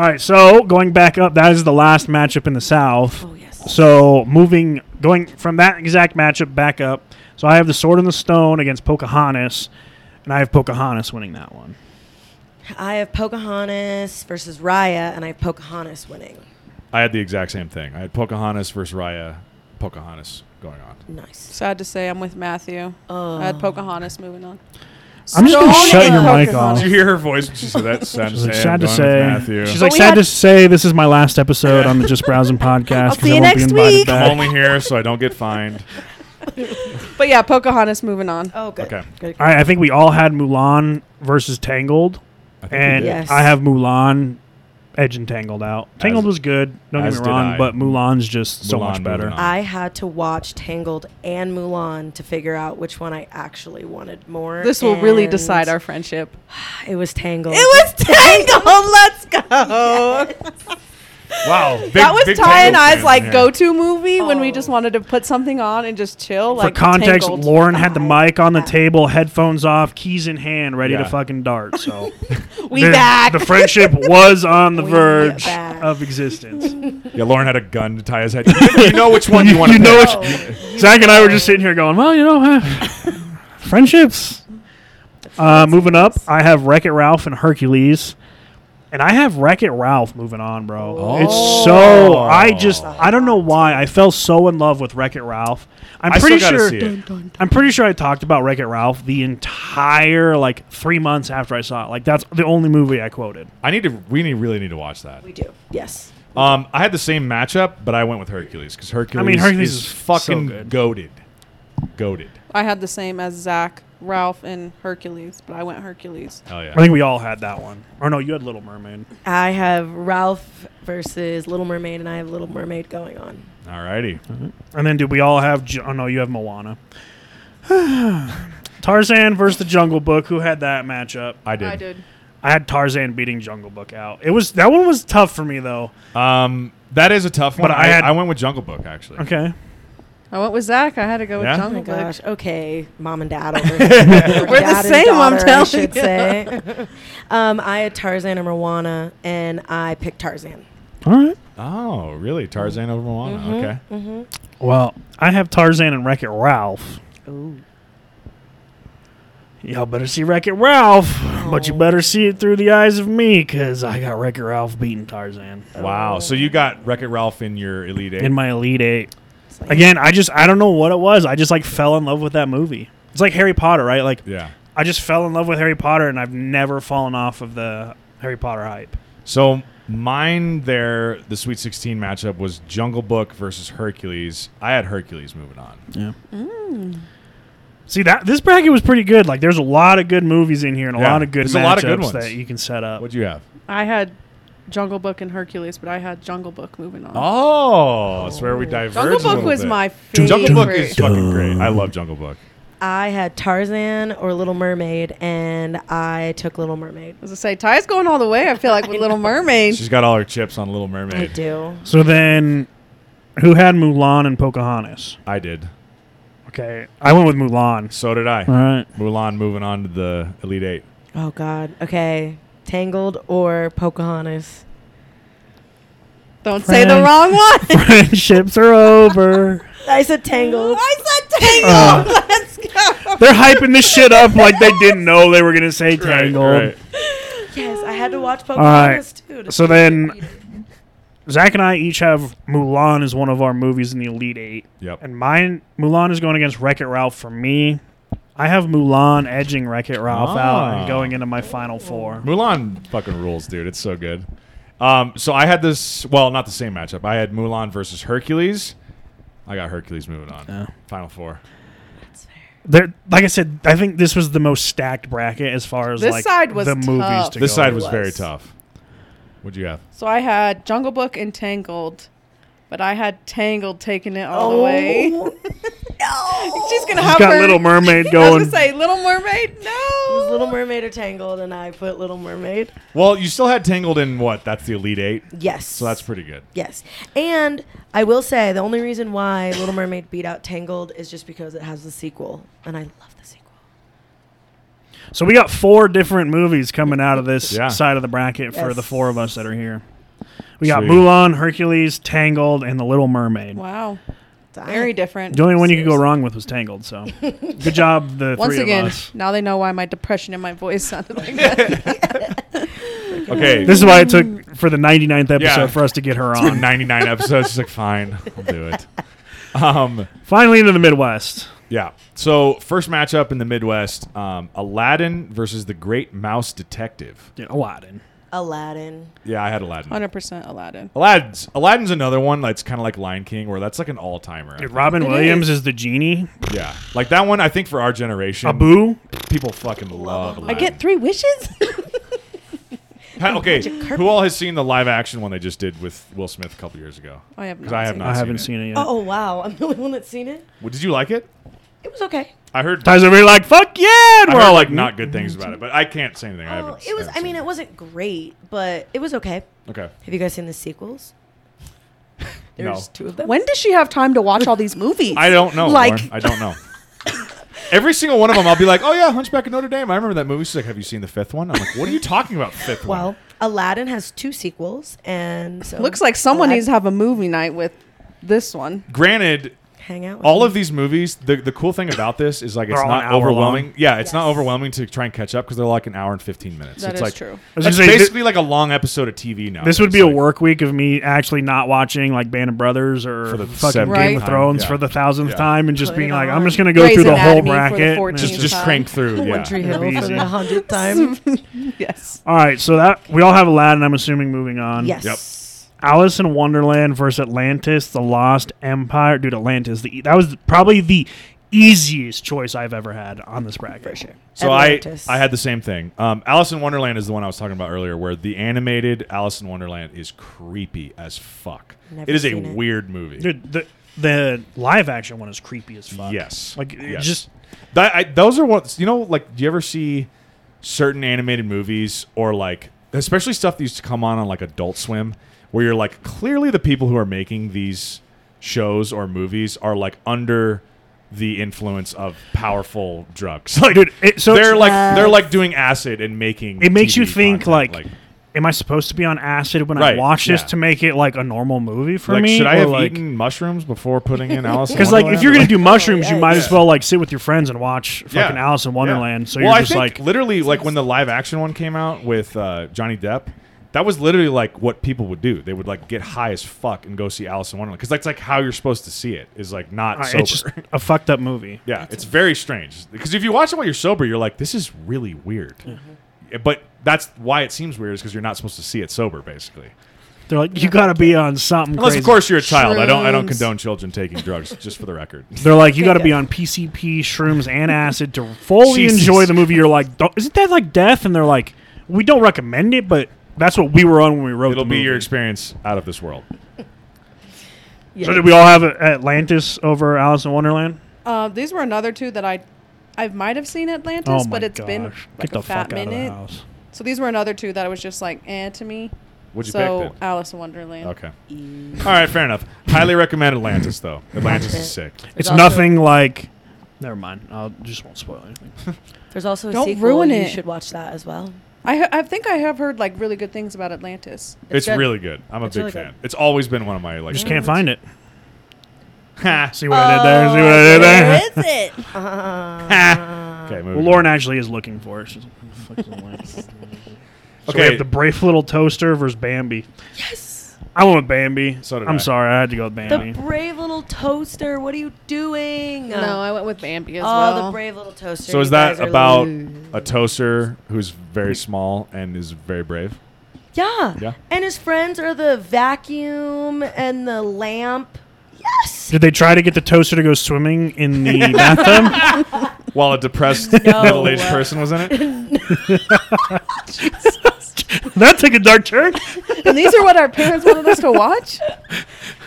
A: right, so going back up, that is the last matchup in the South.
B: Oh, yes.
A: So moving, going from that exact matchup back up. So I have the Sword and the Stone against Pocahontas, and I have Pocahontas winning that one.
B: I have Pocahontas versus Raya, and I have Pocahontas winning.
C: I had the exact same thing. I had Pocahontas versus Raya. Pocahontas going on.
B: Nice.
E: sad to say, I'm with Matthew.
B: Oh.
E: I had Pocahontas moving on.
A: I'm just gonna
E: Stone
A: shut
E: and
A: your mic
E: Pocahontas.
A: off.
C: Did you hear her voice? when She said that. Sad to
A: She's like,
C: say.
A: sad
C: I'm
A: to
C: going with
A: say.
C: Matthew.
A: She's like,
D: we
A: sad
D: had-
A: to say, this is my last episode on the Just Browsing podcast. 'cause
D: see
A: I
D: you
A: won't be
D: next
A: invited
D: week.
A: back.
C: I'm only here so I don't get fined.
E: But yeah, Pocahontas moving on.
B: Oh, good.
C: Okay.
B: Good.
A: All right, I think we all had Mulan versus Tangled,
C: I think we
A: and
C: did.
B: Yes.
A: I have Mulan edge and Tangled out. Tangled was good, don't
C: as
A: get me
C: did
A: wrong,
C: I.
A: but Mulan's just so
C: Mulan
A: much
C: moving
A: better.
C: on.
B: I had to watch Tangled and Mulan to figure out which one I actually wanted more.
E: This will really
B: and
E: decide our friendship.
B: It was Tangled.
E: was Tangled. Let's go.
C: Wow. Big,
E: that was
C: big
E: Ty and
C: Tangled
E: I's
C: fan
E: like
C: here.
E: go-to movie when we
B: Oh.
E: just wanted to put something on and just chill.
A: For
E: Like
A: context,
E: Tangled.
A: Lauren had the mic on the
B: Yeah.
A: table, headphones off, keys in hand, ready
C: Yeah.
A: to fucking dart. So
E: we
A: the,
E: back.
A: the friendship was on the
B: We
A: verge
B: back.
A: of existence.
C: Yeah, Lauren had a gun to tie his head. You, you know which one you want to
A: You know
B: Oh,
A: Zach and I were just sitting here going, "Well, you know, eh, friendships." Uh, moving up, I have Wreck It Ralph and Hercules, and I have Wreck It Ralph moving on, bro. It's so I
C: Oh.
A: just I don't know why I fell so in love with Wreck It Ralph. I'm
C: I
A: pretty
C: still gotta
A: sure
C: see it.
A: I'm pretty sure I talked about Wreck It Ralph the entire like three months after I saw it. Like that's the only movie I quoted.
C: I need to. We need, really need to watch that.
B: we do. Yes.
C: Um, I had the same matchup, but I went with Hercules because Hercules.
A: Hercules
C: is
A: is
C: fucking
A: so good.
C: goaded. Goaded.
E: I had the same as Zach, Ralph, and Hercules, but I went Hercules.
C: Hell yeah.
A: I think we all had that one. Or no, you had Little Mermaid.
B: I have Ralph versus Little Mermaid, and I have Little Mermaid going on.
C: Alrighty.
A: And then did we all have? Ju- Oh no, you have Moana. Tarzan versus the Jungle Book. Who had that matchup?
C: I did.
A: I had Tarzan beating Jungle Book out. It was that one was tough for me though.
C: Um, that is a tough one.
A: But
C: I,
A: I had-
C: I went with Jungle Book actually.
A: Okay,
E: I went with Zach. I had to go
C: Yeah?
E: with
B: Oh my
E: Jungle Book.
B: gosh. Okay, mom and dad over here.
E: We're the
B: Dad and
E: same, I'm
B: daughter, I
E: telling
B: should
E: you.
B: say. um, I had Tarzan and Moana, and I picked Tarzan.
A: all right.
C: Oh, really?
E: Mm.
C: Tarzan over Moana.
E: Mm-hmm,
C: Okay.
A: Well, I have Tarzan and Wreck It Ralph.
B: Ooh.
A: Y'all better see Wreck It Ralph, but you better see it through the eyes of me, cause I got Wreck It Ralph beating Tarzan
C: Wow. So you got Wreck It Ralph in your Elite Eight.
A: in my Elite Eight. Again, I just I don't know what it was. I just like fell in love with that movie. It's like Harry Potter, right? Like
C: yeah.
A: I just fell in love with Harry Potter, and I've never fallen off of the Harry Potter hype.
C: So mine there, the Sweet 16 matchup was Jungle Book versus Hercules. I had Hercules moving on.
A: Yeah. See that this bracket was pretty good. Like, there's a lot of good movies in here, and a
C: Yeah,
A: lot of good
C: there's
A: matchups
C: a lot of good ones.
A: that you can set up.
C: What'd you have?
E: I had Jungle Book and Hercules, but I had Jungle Book moving on.
C: Oh, that's where we diverged. a
E: Jungle Book
C: little
E: was
C: bit.
E: my favorite.
C: Jungle Book is fucking great. I love Jungle Book.
B: I had Tarzan or Little Mermaid, and I took Little Mermaid.
E: As I say, Ty's going all the way. I feel like with Little Mermaid.
C: She's got all her chips on Little
B: I
C: Mermaid.
B: do.
A: So then, who had Mulan and Pocahontas?
C: I did.
A: Okay, I went with Mulan.
C: So did I.
A: All right.
C: Mulan moving on to the Elite Eight.
B: Oh God. Okay. Tangled or Pocahontas.
E: Don't say the
A: Friend.
E: wrong one.
A: Friendships are over.
B: I said Tangled.
E: I said Tangle.
A: Uh,
E: Let's go.
A: they're hyping this shit up like they didn't know they were gonna say Tangled.
B: Yes, I had to watch
A: right.
B: Pocahontas too. to
A: So
B: see
A: then-
B: if I beat it.
A: Zach and I each have Mulan as one of our movies in the Elite Eight.
C: Yep.
A: And mine, Mulan is going against Wreck It Ralph for me. I have Mulan edging Wreck It Ralph out
C: Ah.
A: and going into my final four.
C: Mulan fucking rules, dude. It's so good. Um, so I had this. Well, not the same matchup. I had Mulan versus Hercules. I got Hercules moving on.
A: Yeah.
C: Final four.
A: There, like I said, I think this was the most stacked bracket as far as
E: This
A: like
E: side was
A: the movies
E: tough.
A: to
C: this
A: go
C: side
A: with.
C: was, very
E: was.
C: tough. What'd you have?
E: So I had Jungle Book and Tangled, but I had Tangled taking it all the way. She's gonna
A: She's
E: have
A: got
E: her.
A: Little Mermaid
E: I was
A: going.
E: gonna say Little Mermaid.
B: It was
E: No.
B: Little Mermaid or Tangled, and I put Little Mermaid.
C: Well, you still had Tangled in what? That's the Elite Eight.
B: Yes.
C: So that's pretty good.
B: Yes. And I will say the only reason why Little Mermaid beat out Tangled is just because it has the sequel, and I love the sequel.
A: So we got four different movies coming out of this
C: Yeah.
A: side of the bracket for
B: Yes.
A: the four of us that are here. We got
C: Sweet.
A: Mulan, Hercules, Tangled, and The Little Mermaid.
E: Wow.
B: Darn
E: Very
B: it.
E: different.
A: The only one you could go wrong with was Tangled. So good job, the
E: Once
A: three
E: again,
A: of us.
E: now they know why my depression and my voice sounded like that.
C: Okay.
A: This is why it took for the 99th episode
C: Yeah.
A: for us to get her
C: It's been
A: on.
C: 99 episodes. She's like, fine, I'll do it. Um,
A: Finally into the Midwest.
C: yeah. So first matchup in the Midwest: um, Aladdin versus the Great Mouse Detective.
A: Yeah, Aladdin.
B: Aladdin.
C: Yeah, I had Aladdin.
E: Hundred percent Aladdin.
C: Aladdin's Aladdin's another one that's kind of like Lion King, where that's like an all timer.
A: Dude, Robin Williams is the genie.
C: Yeah, like that one. I think for our generation,
A: Abu.
C: people fucking love.
E: I
C: Aladdin.
E: get three wishes.
C: Ha- okay. Who all has seen the live action one they just did with Will Smith a couple years ago?
E: I have
C: 'Cause
E: not
C: I have
E: seen
C: not.
A: I haven't seen it yet.
B: Oh wow, I'm the only one that's seen it.
C: Well, Did you like it?
B: It was okay.
C: I heard.
A: Guys are really like, fuck yeah! And
C: I
A: we're
C: heard
A: all
C: like
A: like,
C: not good things about it, but I can't say anything. I
B: Oh,
C: haven't.
B: it was.
C: haven't
B: I mean, uh,
C: seen
B: it wasn't great, but it was okay.
C: Okay.
B: Have you guys seen the sequels? There's two of them.
E: When does she have time to watch all these movies?
C: I don't know. Lauren.
E: Like-
C: I don't know. Every single one of them, I'll be like, "Oh yeah, Hunchback of Notre Dame." I remember that movie. She's like, "Have you seen the fifth one?" I'm like, "What are you talking about, fifth one?"
B: Well, Aladdin has two sequels, and so
E: Looks like someone
B: Alad-
E: needs to have a movie night with this one.
C: Granted,
B: hang out. With
C: all
B: me.
C: of these movies. The the cool thing about this is like it's
A: They're all an
C: not
A: hour
C: overwhelming.
A: long.
C: Yeah, it's not
B: Yes.
C: overwhelming to try and catch up because they're like an hour and fifteen minutes.
E: That
C: it's
E: is
C: like,
E: true.
A: was
C: It's
A: gonna say, thi-
C: basically like a long episode of TV now.
A: this would
C: It's
A: be a
C: like-
A: work week of me actually not watching like Band of Brothers or
C: For the
A: fucking
C: seventh
A: Game of
E: time,
A: Thrones
C: yeah.
A: for the thousandth
C: Yeah.
A: time and just
B: Put
A: being
B: it
A: like,
B: on.
A: I'm just gonna go
E: Grey's
A: through the whole
E: Anatomy for the
A: bracket. and it's
E: 14th
C: Just
A: just-
C: just
E: time.
C: crank through.
B: One Tree
C: Yeah.
A: It'll be
B: Hill for
A: easy.
B: the hundredth time.
E: Yes.
A: all right, so that we all have Aladdin. I'm assuming moving on.
B: yes.
A: Alice in Wonderland versus Atlantis: The Lost Empire. Dude, Atlantis. The, e- that was probably the easiest choice I've ever had on this bracket. For sure.
C: So I,
B: Atlantis.
C: I had the same thing. Um, Alice in Wonderland is the one I was talking about earlier, where the animated Alice in Wonderland is creepy as fuck.
B: Never
C: it is a
B: seen it.
C: weird movie.
A: Dude, the the live action one is creepy as fuck.
C: Yes.
A: Like it
C: Yes.
A: just
C: That- I- those are ones. You know, like, do you ever see certain animated movies or like, especially stuff that used to come on on like Adult Swim, where you're like, clearly the people who are making these shows or movies are like under the influence of powerful drugs. Like,
A: Dude, it- so
C: they're
A: it's-
C: like they're like doing acid and making.
A: it makes
C: TV
A: you think
C: content,
A: like, am I supposed to be on acid when
C: Right,
A: I watch this
C: yeah.
A: to make it like a normal movie for
C: like,
A: me?
C: should I
A: Or,
C: have
A: like,
C: eaten mushrooms before putting in Alice? in
A: Because like if
C: Wonderland? Oh,
A: you're gonna do mushrooms, you
B: yeah,
A: might
B: yeah.
A: as well like sit with your friends and watch
C: Yeah.
A: fucking Alice in Wonderland.
C: Yeah.
A: So
C: Well,
A: you're
C: I
A: just
C: think
A: like,
C: literally like when the live action one came out with uh, Johnny Depp, that was literally like what people would do. They would like get high as fuck and go see Alice in Wonderland because that's like how you're supposed to see it is like not
A: "All right,
C: sober.
A: it's just a fucked up movie.
C: yeah, it's very strange because if you watch it while you're sober, you're like this is really weird. But that's why it seems weird is because you're not supposed to see it sober, basically.
A: They're like, you gotta be on something.
C: Unless
A: crazy.
C: of course you're a child. I don't. I don't
E: Shrooms.
C: condone children taking drugs. Just for the record.
A: They're like, you got to be on PCP, shrooms, and acid to fully
C: Jesus.
A: enjoy the movie. You're like, "Don't- isn't that like death? And they're like, we don't recommend it, but that's what we were on when we wrote.
C: It'll
A: the
C: be your
A: movie."
C: experience out of this world.
A: So did we all have Atlantis over Alice in Wonderland?
E: Uh, these were another two that I, I might have seen Atlantis,
A: Oh my
E: but it's
A: gosh!
E: been like
A: Get
E: a
A: the
E: fat
A: fuck out of the
E: minute.
A: house.
E: So these were another two that I was just like, eh, to me.
C: What'd you
E: so uh,
C: pick? Then?
E: Alice in Wonderland.
C: Okay. All right, fair enough. Highly recommend Atlantis, though. Atlantis is sick.
A: It's
B: also-
A: nothing like. Never mind. I will just won't spoil anything.
B: There's also a
E: Don't
B: sequel.
E: ruin
B: you
E: it.
B: should watch that as well.
E: I I think I have heard like really good things about Atlantis.
C: It's,
B: good.
C: really good. I'm a
B: It's
C: big
B: really
C: fan.
B: good.
C: It's always been one of my like.
A: Just can't find it.
C: Ha.
A: See what I did
E: Oh,
A: there? See what I did there?
B: Where is it? Uh-huh.
C: Ha. okay, moving
A: Well, Lauren actually is looking for it. She's like, "What the fuck is Atlantis?" So
C: on.
A: we
C: Okay,
A: have the brave little toaster versus Bambi.
B: yes.
A: I went with Bambi.
C: So did
A: I'm
C: I.
A: sorry, I had to go with
B: The
A: Bambi.
B: brave little toaster. What are you doing?
E: No, I went with Bambi as
B: oh,
E: well.
B: the brave little toaster.
C: so is
B: You
C: that
B: guys are
C: about
B: losing.
C: a toaster who's very small and is very brave?
B: Yeah.
C: Yeah.
B: And his friends are the vacuum and the lamp. Yes.
A: Did they try to get the toaster to go swimming in the bathtub?
C: While a depressed
B: No.
C: middle-aged person was in it.
A: that took a dark turn.
E: and these are what our parents wanted us to watch.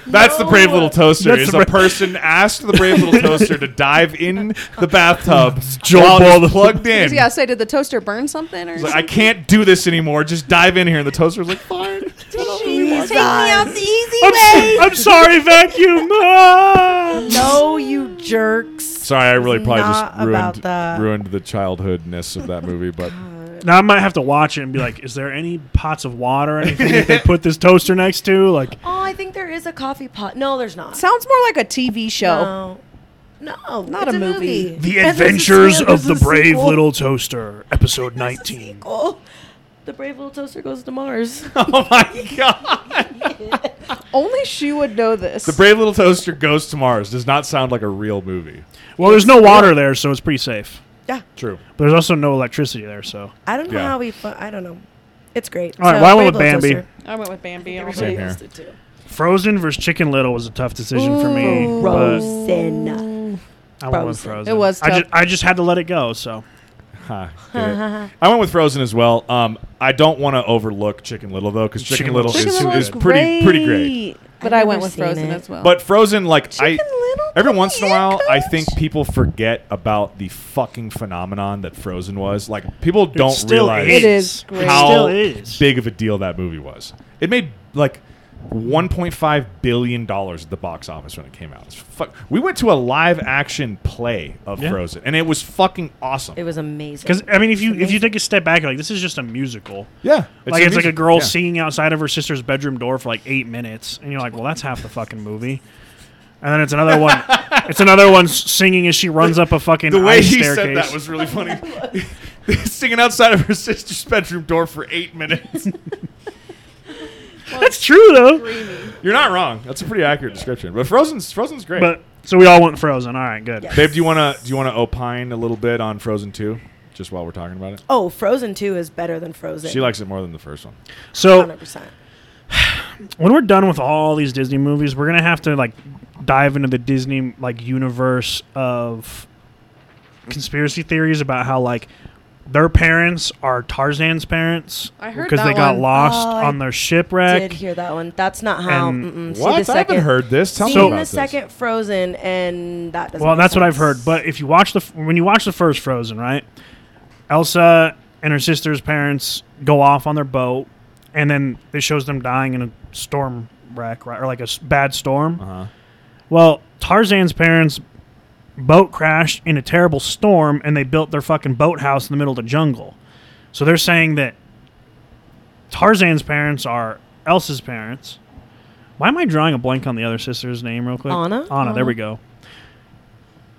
C: That's the brave little toaster.
A: That's
C: Is
A: the
C: a
A: bra-
C: person asked the brave little toaster to dive in the bathtub
A: Jump
C: while
A: all
C: it
A: the-
C: was plugged in.
E: Yeah, say, did the toaster burn something or?
C: He's like, I can't do this anymore. Just dive in here. And the toaster was like, fine.
B: Take me out the easy
A: I'm, s- I'm sorry, vacuum. Ah!
B: No, you jerks.
C: Sorry, I really probably
B: not
C: just
B: about
C: ruined
B: that.
C: ruined the childhoodness of that movie, but
A: Now I might have to watch it and be like, is there any pots of water or anything that they put this toaster next to? Like,
B: Oh, I think there is a coffee pot. No, there's not.
E: Sounds more like a TV show.
B: no. No,
E: Not
B: it's
E: a movie.
A: The
B: And there's a
A: Adventures
B: sequel-
A: of the
B: there's a
A: Brave
B: sequel.
A: Little Toaster, episode
B: There's a
A: 19.
B: sequel. The brave little toaster goes to Mars.
C: oh my god,
E: Only she would know this.
C: the Brave Little Toaster goes to Mars does not sound like a real movie.
A: Well, there's no water there, so it's pretty safe.
B: yeah,
C: True.
A: But there's also no electricity there, so
B: I don't know
C: Yeah.
B: how we. Fu- I don't know. It's great.
A: All right,
B: So,
A: well, I went with
B: Brave Little
A: Bambi.
B: Toaster.
E: I went with Bambi. all
C: Same
E: day.
C: here.
A: Frozen versus Chicken Little was a tough decision for me,
D: Ooh.
A: but
B: Frozen.
A: I went with
B: Frozen.
A: Frozen.
E: It was
A: I
E: tough.
A: just, I just had to let it go. So
C: Ha, get it. I went with Frozen as well. Um, I don't want to overlook Chicken Little though, because Chicken,
A: Chicken
C: Little,
A: Little
E: Chicken
C: is,
E: Little
C: is
E: was
C: pretty pretty great.
B: I've
E: But I
B: never
E: went with
B: seen
E: Frozen
B: it.
E: as well.
C: But Frozen, like I,
E: Little,
C: every
E: come
C: once in a
E: here,
C: while, I
E: coach.
C: think people forget about the fucking phenomenon that Frozen was. Like people don't
A: still
C: realize
A: is.
E: it is great.
A: It
C: how
A: still is.
C: big of a deal that movie was. It made like 1.5 billion dollars at the box office when it came out. It's fuck. We went to a live action play of
A: Yeah.
C: Frozen, and it was fucking awesome.
B: It was amazing.
A: because I mean, if you if you take a step back, like this is just a musical.
C: yeah,
A: like it's like a
C: music-
A: girl
C: yeah.
A: singing outside of her sister's bedroom door for like eight minutes, and you're like, well, that's half the fucking movie. And then it's another one. it's another one s- singing as she runs up a fucking
C: The way
A: ice
C: he
A: staircase.
C: said that was really funny. Singing outside of her sister's bedroom door for eight minutes.
A: that's true though.
C: You're not wrong. That's a pretty accurate description. But Frozen's Frozen's great.
A: But so we all went Frozen. All right, good.
B: Yeah.
C: Babe, do you wanna do you wanna opine a little bit on Frozen Two, just while we're talking about it?
B: oh, Frozen 2 is better than Frozen.
C: She likes it more than the first one.
A: So
B: 100%.
A: when we're done with all these Disney movies, we're gonna have to like dive into the Disney like universe of conspiracy theories about how like their parents are Tarzan's parents
E: I heard
A: they
E: that
A: got
E: one.
A: lost
B: Oh, I
A: on their shipwreck.
B: Did hear that one. That's not how.
A: And-
B: Mm-mm. See
C: What?
B: Um, the
C: I haven't
B: second-
C: heard this. Tell me
B: seen
C: about
B: the
C: this.
B: second Frozen, and that doesn't.
A: Well,
B: make
A: that's what I've
B: sense.
A: heard. But if you watch the f- when you watch the first Frozen, right? Elsa and her sister's parents go off on their boat, and then it shows them dying in a storm wreck, right, or like a s- bad storm.
C: Uh-huh.
A: Well, Tarzan's parents boat crashed in a terrible storm, and they built their fucking boathouse in the middle of the jungle. So they're saying that Tarzan's parents are Elsa's parents. Why am I drawing a blank on the other sister's name, real quick?
B: Anna?
A: Anna. There we go.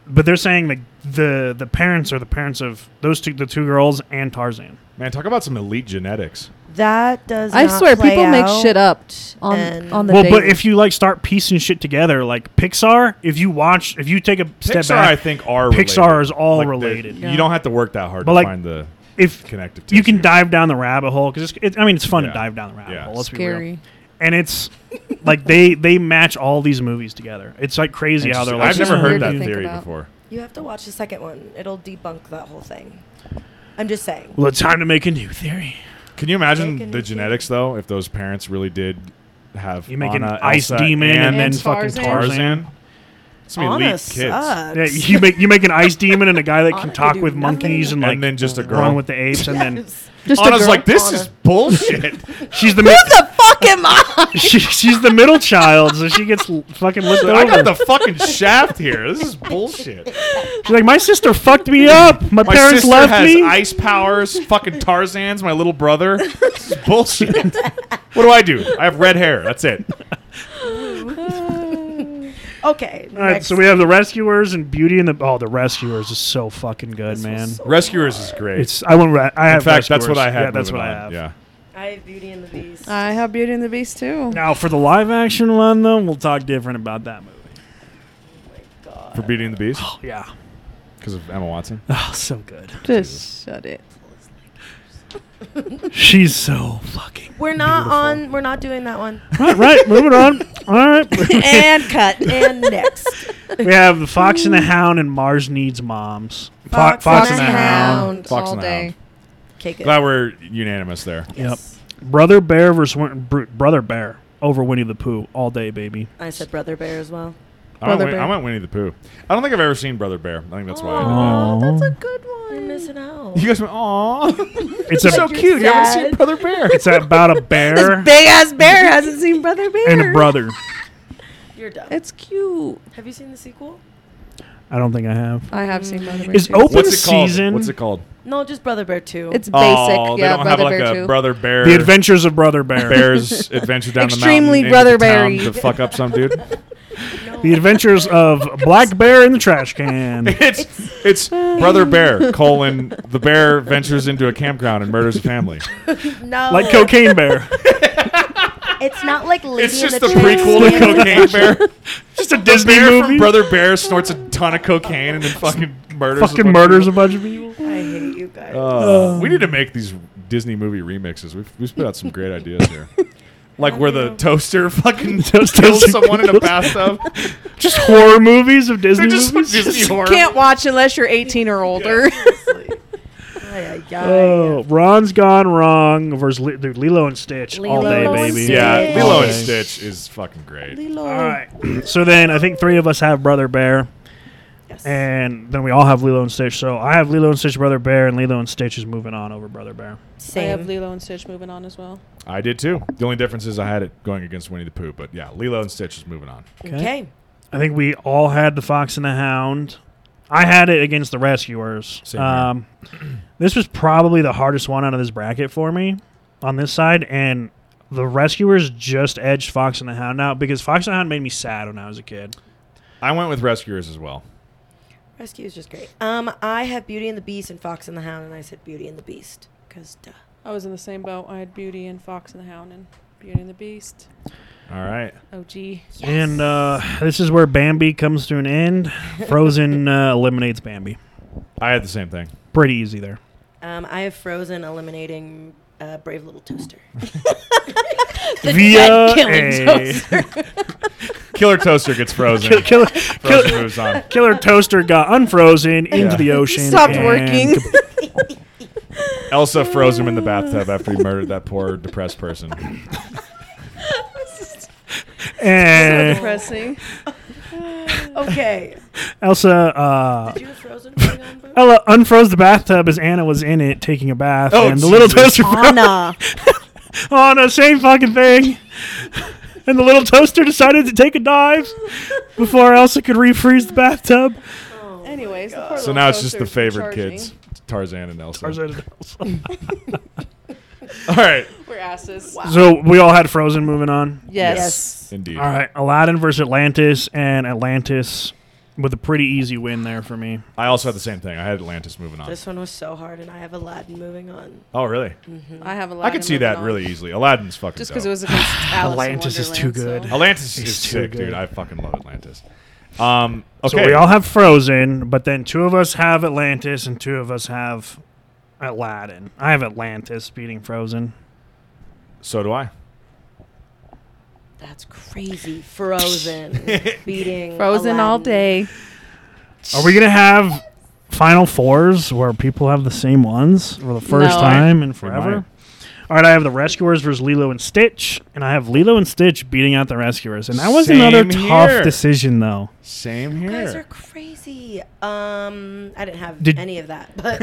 A: But they're saying that the the parents are the parents of those two, the two girls and Tarzan.
C: Man, talk about some elite genetics.
B: That does.
D: I
B: not
D: swear,
B: play
D: people make
B: out.
D: shit up on
B: and-
D: on the
A: Well,
D: daily.
A: but if you like start piecing shit together, like Pixar, if you watch, if you take a step
C: Pixar,
A: back,
C: I think, are
A: Pixar
C: related.
A: is all
C: Like, they-
A: related.
C: You don't have to work that hard
A: But,
C: to
A: like,
C: find the
A: if
C: connective
A: you can
C: tissue.
A: dive down the rabbit hole because it, I mean it's fun
C: Yeah.
A: to dive down the rabbit
C: Yeah.
A: hole. Let's be real.
E: Scary.
A: And it's like they they match all these movies together. It's like crazy how they're
C: Interesting.
A: like.
C: I've never
E: It's
C: heard
E: weird to
C: that
E: think
C: theory
E: about.
C: before.
B: You have to watch the second one. It'll debunk that whole thing. I'm just saying.
A: Well, it's time to make a new theory.
C: Can you imagine
B: Taken
C: the
B: into-
C: genetics though? If those parents really did have
A: You make an
C: Anna,
A: ice
C: Elsa,
A: demon and,
C: and,
A: then
E: and
A: fucking
E: Tarzan.
A: Tarzan.
C: some elite
B: Anna
C: kids,
B: sucks.
A: Yeah, you make you make an ice demon and a guy that
B: Anna
A: can
B: could
A: talk
B: do
A: with
B: nothing.
A: monkeys and
C: and
A: like
C: then just a
A: run
C: girl.
A: with the apes, and then
D: just a
C: Anna's
D: girl.
C: like, this is
B: Anna.
C: bullshit.
A: she's the mid-
D: the fuck am I?
A: she, she's the middle child, so she gets l- fucking looked
C: I
A: over.
C: got the fucking shaft here. This is bullshit.
A: she's like, my sister fucked me up. My,
C: My
A: parents
C: sister
A: left
C: has
A: me.
C: ice powers. Fucking Tarzan's my little brother. This is bullshit. what do I do? I have red hair. That's it.
B: Okay.
A: All right, so we have the rescuers and Beauty and the oh, the rescuers is so fucking good, man.
C: Rescuers is great.
A: it's I won't. Re- I
C: In
A: have.
C: fact, that's
A: Rescuers.
C: what I have.
A: Yeah, that's
C: moving
A: what I
C: on.
A: have.
C: Yeah.
B: I have Beauty and the Beast.
E: I have Beauty and the Beast too.
A: Now for the live action one, though, we'll talk different about that movie.
C: For Beauty and the Beast
A: Oh, yeah,
C: because of Emma Watson.
A: oh, so good.
E: Just shut it.
A: She's so fucking
B: we're not on. We're not doing that one.
A: right. Right, moving on. All right,
D: and cut.
B: And next,
A: we have the Fox and the Hound and Mars Needs Moms. Fo-
B: Fox
D: and the
B: Hound.
C: Fox
E: all
C: and the
E: day.
B: Okay, good.
C: Glad we're unanimous there.
B: Yes.
A: Brother Bear versus Win- Br- Brother Bear over Winnie the Pooh all day, baby.
B: I said Brother Bear as well.
C: I went,
E: Brother
C: Win-
E: Bear.
C: I went Winnie the Pooh. I don't think I've ever seen Brother Bear. I think that's why. I did
A: Aw.
E: Oh, that's a good
B: You're
E: one.
B: missing out.
C: that. You guys went, aww.
A: It's a
C: so cute. You haven't seen
B: sad.
C: Brother Bear.
A: it's about a bear
D: Big ass bear hasn't seen Brother Bear.
A: and a brother.
B: You're done.
E: It's cute.
B: Have you seen the sequel?
A: I don't think I have.
E: I have seen Brother Bear.
A: Is
E: too.
A: open
C: What's it called?
A: season?
C: What's it called?
B: No, just Brother Bear Two.
E: It's basic.
C: Oh, they
E: yeah,
C: don't
E: Brother
C: have like
E: Bear
C: a
E: too.
C: Brother Bear.
A: The Adventures of Brother Bear.
C: Bear's adventure down
E: Extremely
C: the mountain. into
E: Brother
C: the town
E: Bear-y.
C: To fuck up some dude.
A: The Adventures of Black Bear in the Trash Can.
C: It's it's Brother Bear colon the bear ventures into a campground and murders a family.
B: no,
A: Like Cocaine Bear.
B: It's not like Lady
C: It's just
B: in
C: the
B: the,
C: prequel to
B: Tramp.
C: Cocaine Bear.
A: Just a Disney
C: Bear
A: movie.
C: from Brother Bear snorts a ton of cocaine and then fucking murders. a Uh. bunch
A: Fucking
C: of
A: murders a
C: people.
A: bunch of people.
B: I hate you guys.
C: Uh, we need to make these Disney movie remixes. We've we've spit out some great ideas here. Like where the toaster fucking
A: Toast-
C: kills
A: toaster
C: someone in a bathtub.
A: Just horror movies of Disney
C: They're just
A: movies.
C: Disney horror.
E: Can't watch unless you're 18 or older.
B: Seriously. Ay, ay, ay.
A: Oh, Ron's gone wrong versus Li- dude, Lilo and Stitch
D: Lilo
A: all day,
D: and
A: baby.
D: Stitch.
C: yeah,
D: Yay.
C: Lilo and
A: All day.
C: Stitch is fucking great.
D: Lilo.
A: All right. So then I think three of us have Brother Bear,
B: Yes.
A: and then we all have Lilo and Stitch. So I have Lilo and Stitch, Brother Bear, and Lilo and Stitch is moving on over Brother Bear.
E: I
B: Same.
E: have Lilo and Stitch moving on as well.
C: I did too. The only difference is I had it going against Winnie the Pooh, but yeah, Lilo and Stitch is moving on.
A: Okay.
B: okay.
A: I think we all had the Fox and the Hound. I had it against the Rescuers.
C: Same here.
A: Um, this was probably the hardest one out of this bracket for me on this side, and the Rescuers just edged Fox and the Hound out because Fox and the Hound made me sad when I was a kid.
C: I went with Rescuers as well.
B: Rescue is just great. Um, I have Beauty and the Beast and Fox and the Hound, and I said Beauty and the Beast because duh.
E: I was in the same boat. I had Beauty and Fox and the Hound and Beauty and the Beast.
C: All right.
E: Oh, gee.
A: And uh, this is where Bambi comes to an end. Frozen uh, eliminates Bambi.
C: I had the same thing.
A: Pretty easy there.
B: Um, I have Frozen eliminating uh, Brave Little Toaster.
E: The
A: Via
E: dead killing
A: a-
C: Killer Toaster gets frozen.
A: Killer,
C: Frozen moves on.
A: killer toaster got unfrozen into
C: Yeah.
A: the ocean.
E: Stopped
A: and
E: working.
C: Elsa froze him in the bathtub after he murdered that poor depressed person.
A: And
E: Depressing.
B: okay.
A: Elsa uh,
B: Did you have Frozen going on, Boo?
A: Ella unfroze the bathtub as Anna was in it taking a bath,
C: Oh,
A: and the little
C: Jesus.
A: toaster froze.
D: Anna.
A: Oh no, same fucking thing. and the little toaster decided to take a dive before Elsa could refreeze the bathtub.
B: Oh.
E: Anyways, the
C: So
E: poor little
C: now it's just the
E: toaster's
C: favorite
E: charging.
C: kids Tarzan and Elsa.
A: Tarzan and Elsa.
C: All right.
E: We're asses. Wow.
A: So we all had Frozen moving on.
D: Yes.
C: Indeed.
A: All right, Aladdin versus Atlantis, and Atlantis with a pretty easy win there for me.
C: I also had the same thing. I had Atlantis moving on.
B: This one was so hard, and I have Aladdin moving on.
C: Oh, really?
E: I have a lot.
C: I could see that really easily. Aladdin's fucking
E: Just
C: dope.
E: because it was against Alice
A: Atlantis is too good.
C: Atlantis
A: It's
C: is
A: too
C: sick,
A: good.
C: dude. I fucking love Atlantis. Um, okay.
A: So we all have Frozen, but then two of us have Atlantis and two of us have Aladdin. I have Atlantis beating Frozen.
C: so do I.
B: That's crazy. Frozen beating
E: Frozen all
B: Aladdin.
E: day.
A: Are we gonna have final fours where people have the same ones for the first
E: No.
A: time in
C: We might.
A: forever? All right, I have the Rescuers versus Lilo and Stitch, and I have Lilo and Stitch beating out the Rescuers, and that was
C: Same
A: another
C: here.
A: tough decision though.
C: Same
B: You guys are
C: here.
B: crazy. Um, I didn't have
A: Did-
B: any of that, but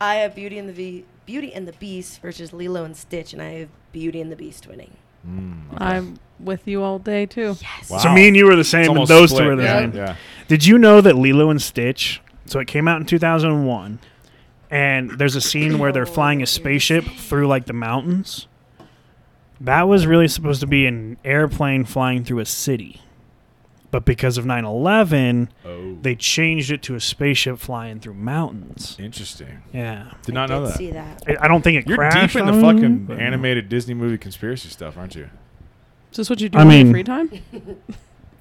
B: I have Beauty and the v- Beauty and the Beast versus Lilo and Stitch, and I have Beauty and the Beast winning.
C: Hmm.
E: I'm with you all day too.
B: Yes.
C: Wow.
A: So me and you were the same,
C: It's
A: and
C: almost
A: those
C: split.
A: two were the
C: yeah,
A: same.
C: Yeah.
A: Did you know that Lilo and Stitch? So it came out in 2001, and there's a scene where they're flying a spaceship through like the mountains. That was really supposed to be an airplane flying through a city. But because of 9 11,
C: Oh,
A: they changed it to a spaceship flying through mountains.
C: interesting.
A: Yeah.
C: Did not
B: I
C: know
B: did
C: that.
B: See that?
A: I I don't think it
C: You're
A: crashed.
C: deep into
A: on
C: fucking
A: but-
C: animated Disney movie conspiracy stuff, aren't you?
E: Is this what you do
A: I
E: in your
A: mean-
E: free time?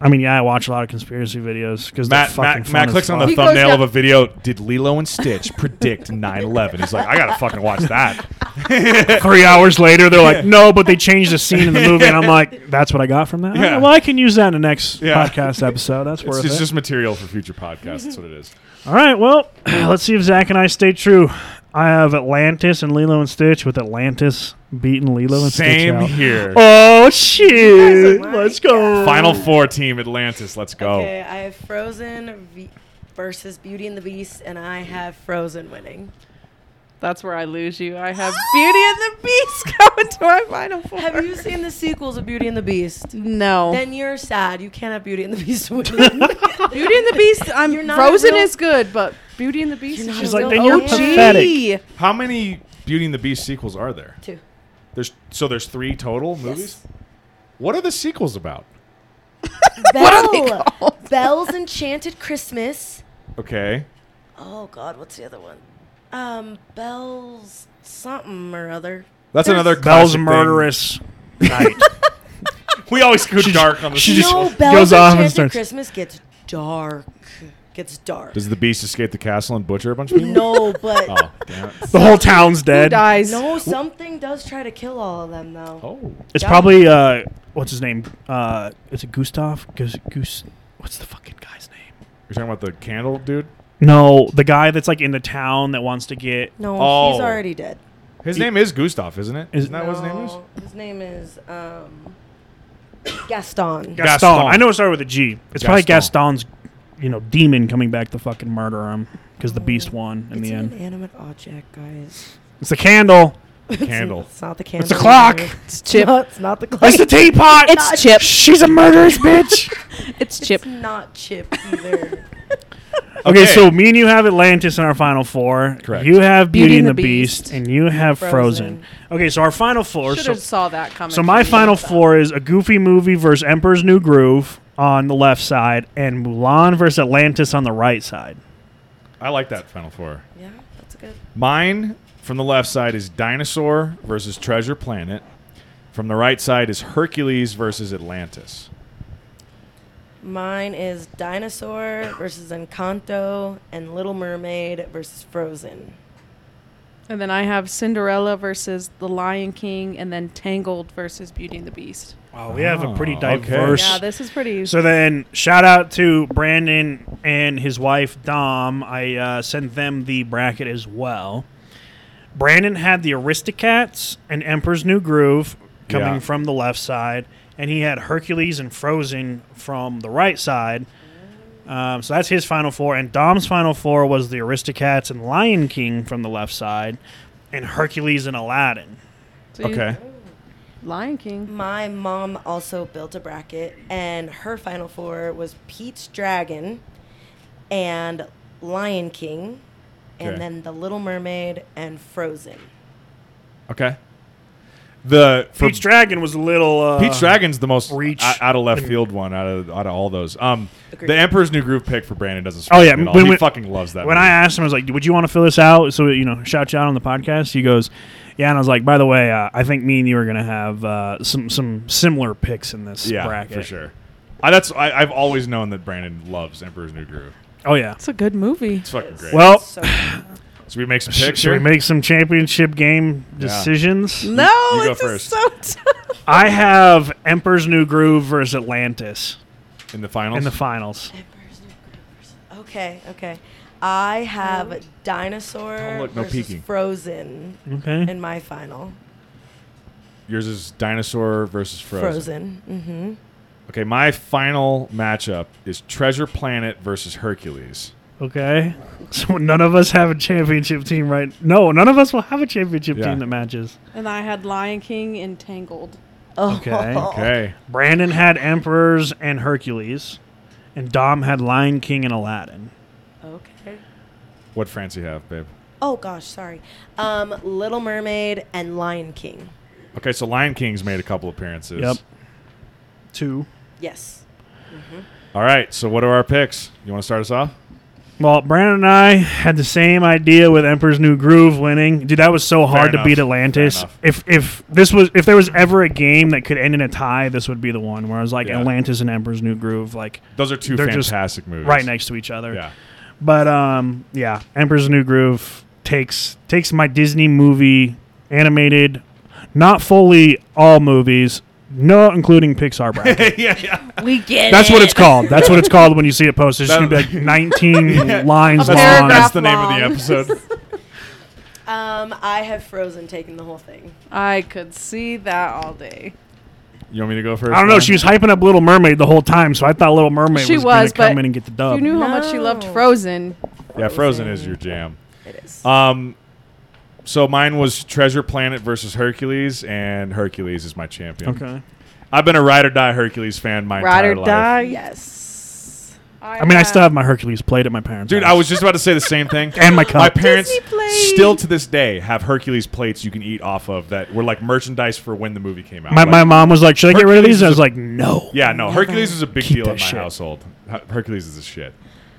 A: I mean, yeah, I watch a lot of conspiracy videos because they're
C: Matt,
A: fucking
C: Matt,
A: fun
C: Matt
A: as
C: clicks on the
A: fuck.
E: He goes
C: thumbnail of
E: down-
C: a video. Did Lilo and Stitch predict 9/11? He's like, I gotta fucking watch that.
A: three hours later, they're like, no, but they changed the scene in the movie. And I'm like, that's what I got from that.
C: Yeah.
A: Okay, well, I can use that in the next
C: Yeah.
A: podcast episode. That's
C: It's,
A: worth
C: it's
A: it.
C: just material for future podcasts. That's what it is.
A: All right, well, let's see if Zach and I stay true. I have Atlantis and Lilo and Stitch with Atlantis beating Lilo and
C: Same
A: Stitch. out.
C: here.
A: Oh, shit.
B: You guys are
A: Let's go.
C: Final four team Atlantis. Let's go.
B: Okay, I have Frozen v- versus Beauty and the Beast, and I have Frozen winning.
E: That's where I lose you. I have Beauty and the Beast going to my final four.
B: Have you seen the sequels of Beauty and the Beast?
E: No.
B: Then you're sad. You can't have Beauty and the Beast winning.
E: Beauty and the Beast. I'm
B: You're not a
E: Frozen
B: real-
E: is good, but Beauty and the Beast.
B: You're
E: is
B: not
A: She's
E: just
A: like,
B: a
A: then
B: real
A: you're
B: OG.
A: pathetic.
C: How many Beauty and the Beast sequels are there?
B: Two.
C: There's so there's three total movies. What are the sequels about?
B: Belle.
E: What are they called?
B: Belle's Enchanted Christmas.
C: Okay.
B: Oh God, what's the other one? Um, Belle's something or other.
C: That's another
A: Belle's
C: classic thing.
A: murderous night.
C: We always go dark on the
A: she just-
B: no,
A: goes
B: Belle's
A: off and
B: Enchanted
A: starts-
B: Christmas gets dark. gets dark.
C: Does the beast escape the castle and butcher a bunch of people?
B: no, but
C: Oh, damn it.
A: The whole town's dead.
E: dies.
B: no, something does try to kill all of them though.
C: Oh.
A: It's
B: Yeah.
A: probably uh, what's his name? Uh, is it Gustav? Goose, Goose. What's the fucking guy's name?
C: You're talking about the candle dude?
A: No, the guy that's like in the town that wants to get.
B: No,
C: Oh.
B: he's already dead.
C: His name is Gustav, isn't it?
A: Is-
C: Isn't that what his name is?
B: No, His name is um,
A: Gaston.
B: Gaston.
C: Gaston.
A: I know it started with a G. It's probably
C: Gaston.
A: Gaston's, you know, demon coming back to fucking murder him because the beast won in
B: it's
A: the
B: an
A: end.
B: inanimate object, guys.
A: It's the candle.
C: Candle.
B: It's not the candle.
A: the clock.
B: either. It's
D: Chip.
B: not, it's not the clock.
A: It's the teapot.
D: It's Chip.
A: She's a murderous bitch.
D: It's Chip.
B: It's not Chip either.
A: okay,
C: Okay.
A: so me and you have Atlantis in our final four.
C: Correct.
A: You have Beauty, and the, Beast, and you have Frozen.
B: Frozen.
A: Okay, so our final four.
E: Should
A: so-
E: have saw that coming.
A: So
E: from
A: my
E: you.
A: final four is a goofy movie versus Emperor's New Groove on the left side, and Mulan versus Atlantis on the right side.
C: I like that Final Four.
B: yeah, that's good.
C: Mine from the left side is Dinosaur versus Treasure Planet. From the right side is Hercules versus Atlantis.
B: Mine is Dinosaur versus Encanto and Little Mermaid versus Frozen.
E: And then I have Cinderella versus The Lion King, and then Tangled versus Beauty and the Beast.
A: Wow, we have a pretty
C: Oh, okay.
A: diverse.
E: Yeah, this is pretty.
A: so then, shout out to Brandon and his wife Dom. I uh, sent them the bracket as well. Brandon had the Aristocats and Emperor's New Groove coming
C: Yeah.
A: from the left side, and he had Hercules and Frozen from the right side. Um, so that's his final four. And Dom's final four was the Aristocats and Lion King from the left side, and Hercules and Aladdin.
E: See?
C: Okay.
E: Lion King.
B: My mom also built a bracket, and her final four was Pete's Dragon and Lion King,
C: Okay.
B: and then The Little Mermaid and Frozen.
C: Okay. The for
A: Peach Dragon was a little. Uh,
C: Peach Dragon's the most
A: reach.
C: reach out of left field one out of out of all those. Um,
B: Agreed.
C: the Emperor's New Groove pick for Brandon doesn't.
A: Oh,
C: surprise
A: yeah,
C: me at all.
A: when-
C: he
A: when-
C: fucking loves that.
A: When I
C: movie.
A: asked him, I was like, "Would you want to fill this out?" So you know, shout you out on the podcast. He goes, "Yeah," and I was like, "By the way, uh, I think me and you are gonna have uh, some some similar picks in this
C: yeah,
A: bracket
C: for sure. I, that's I, I've always known that Brandon loves Emperor's New Groove.
A: Oh yeah.
E: It's a good movie.
C: It's fucking great.
A: Well,
B: So
C: so we make some
A: sh-
C: pictures.
A: should we make some championship game decisions?
E: No,
C: you go
E: it's just
C: first.
E: so tough.
A: I have Emperor's New Groove versus Atlantis
C: in the finals.
A: in the finals.
B: okay, okay. I have Dinosaur
A: Oh,
C: Don't look, no
B: versus
C: peeking.
B: Frozen
A: Okay.
B: in my final.
C: Yours is Dinosaur versus Frozen.
B: Frozen. hmm
C: Okay, my final matchup is Treasure Planet versus Hercules.
A: Okay. So none of us have a championship team, right? No, none of us will have a championship
C: Yeah.
A: team that matches.
E: And I had Lion King and Tangled.
B: Mm-hmm.
A: Okay,
B: Oh.
C: Okay.
A: Brandon had Emperors and Hercules, and Dom had Lion King and Aladdin.
B: Okay.
C: What France you have, babe?
B: Oh gosh, sorry. Um, Little Mermaid and Lion King.
C: Okay, so Lion King's made a couple appearances.
A: Yep. Two.
B: Yes.
C: All right, so what are our picks? You want to start us off?
A: Well, Brandon and I had the same idea with Emperor's New Groove winning. Dude, that was so hard to
C: enough.
A: beat Atlantis.
C: Fair enough.
A: If if this was if there was ever a game that could end in a tie, this would be the one where I was like
C: Yeah.
A: Atlantis and Emperor's New Groove, like
C: Those are 2
A: They're just
C: fantastic movies.
A: right next to each other.
C: Yeah.
A: But um, yeah, Emperor's New Groove takes takes my Disney movie animated, not fully all movies, not including Pixar bracket.
C: yeah, yeah.
E: We get
A: That's what it's called. That's what it's called when you see it posted. It's just gonna be like 19 lines
C: That's,
A: long.
C: that's
E: Paragraph
C: the name of
E: long.
C: the episode.
B: Um, I have Frozen taking the whole thing.
E: I could see that all day.
C: you want me to go first?
A: I don't know.
C: Lauren?
A: She was hyping up Little Mermaid the whole time, so I thought Little Mermaid
E: She
A: was,
E: was,
A: gonna come
E: but
A: in and get the
E: If
A: dub.
E: you knew how much she loved
B: No.
E: Frozen.
C: Yeah, Frozen is your jam.
B: It is.
A: Uh,
C: Um, so mine was Treasure Planet versus Hercules, and Hercules is my champion.
A: okay.
C: I've been a ride or die Hercules fan my
E: Ride
C: entire
E: or
C: life.
E: die.
B: yes.
A: I mean, I still have my Hercules plate at my parents'
C: Dude,
A: house.
C: I was just about to say the same thing.
A: and my
C: my
A: cup.
C: parents
E: Disney plate.
C: still to this day have Hercules plates you can eat off of that were like merchandise for when the movie came out.
A: My,
C: Like,
A: my mom was like, "Should I get rid of
C: Hercules
A: these?" And I
C: is
A: was like, "No."
C: yeah, no, Hercules is a big
A: Keep
C: deal in my
A: that shit.
C: household. Her- Hercules is a shit.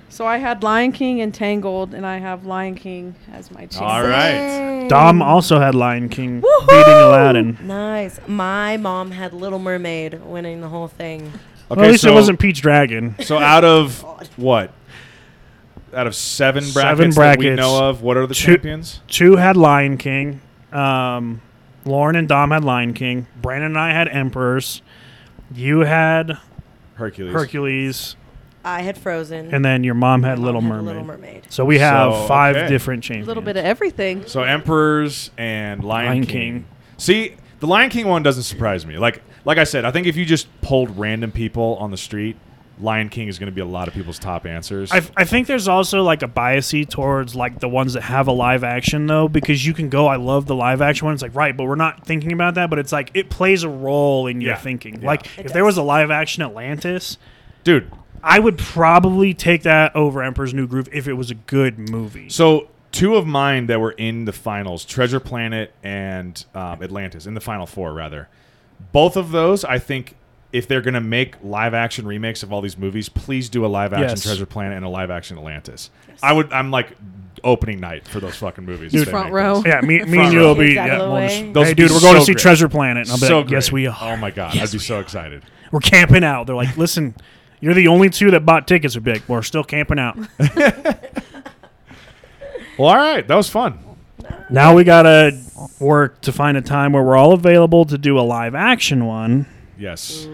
E: So I had Lion King and Tangled, and I have Lion King as my champion.
C: All right.
A: Dom also had Lion King beating Aladdin.
B: Nice. My mom had Little Mermaid winning the whole thing.
C: Okay,
A: well, at least
C: so,
A: it wasn't Peach Dragon.
C: So out of what? out of seven brackets,
A: Seven
C: that we
A: brackets.
C: know of, what are the
A: Two-
C: champions?
A: Two had Lion King. Um, Lauren and Dom had Lion King. Brandon and I had Emperors. You had
C: Hercules.
A: Hercules,
B: I had Frozen.
A: and then your mom had
B: my mom
A: Little
B: had
A: Mermaid.
B: Little Mermaid.
A: So we have
C: So,
A: five
C: okay.
A: different
D: A
A: champions.
D: little bit of everything.
C: So emperors and Lion,
A: Lion
C: King.
A: King.
C: See, the Lion King one doesn't surprise me. Like like I said, I think if you just pulled random people on the street, Lion King is going to be a lot of people's top answers.
A: I, I think there's also like a bias towards like the ones that have a live action though because you can go I love the live action one it's like right but we're not thinking about that but it's like it plays a role in your
C: Yeah.
A: thinking
C: Yeah.
A: like if
B: It
A: there was
B: does.
A: a live action Atlantis
C: Dude,
A: I would probably take that over Emperor's New Groove if it was a good movie
C: so two of mine that were in the finals, Treasure Planet and um, Atlantis, in the final four rather. Both of those, I think if they're going to make live action remakes of all these movies, please do a live action
A: Yes.
C: Treasure Planet and a live action Atlantis. I would I'm like opening night for those fucking movies. if
A: Dude.
C: they
D: Front
C: make
D: row.
C: those.
A: yeah me, me
C: Front
A: and you
C: row.
A: will be
D: Kids out of
A: yeah,
D: the
A: we'll
D: way.
A: just-
C: Those
A: hey
C: would be
A: dude we're going
C: so
A: to see
C: great.
A: Treasure Planet and I'll be like yes
C: great.
A: we are
C: Oh my god, I'd be so excited.
A: we're camping out they're like listen you're the only two that bought tickets are big we're still camping out
C: Well, all right, that was fun.
A: Now we gotta work to find a time where we're all available to do a live action one,
C: Yes,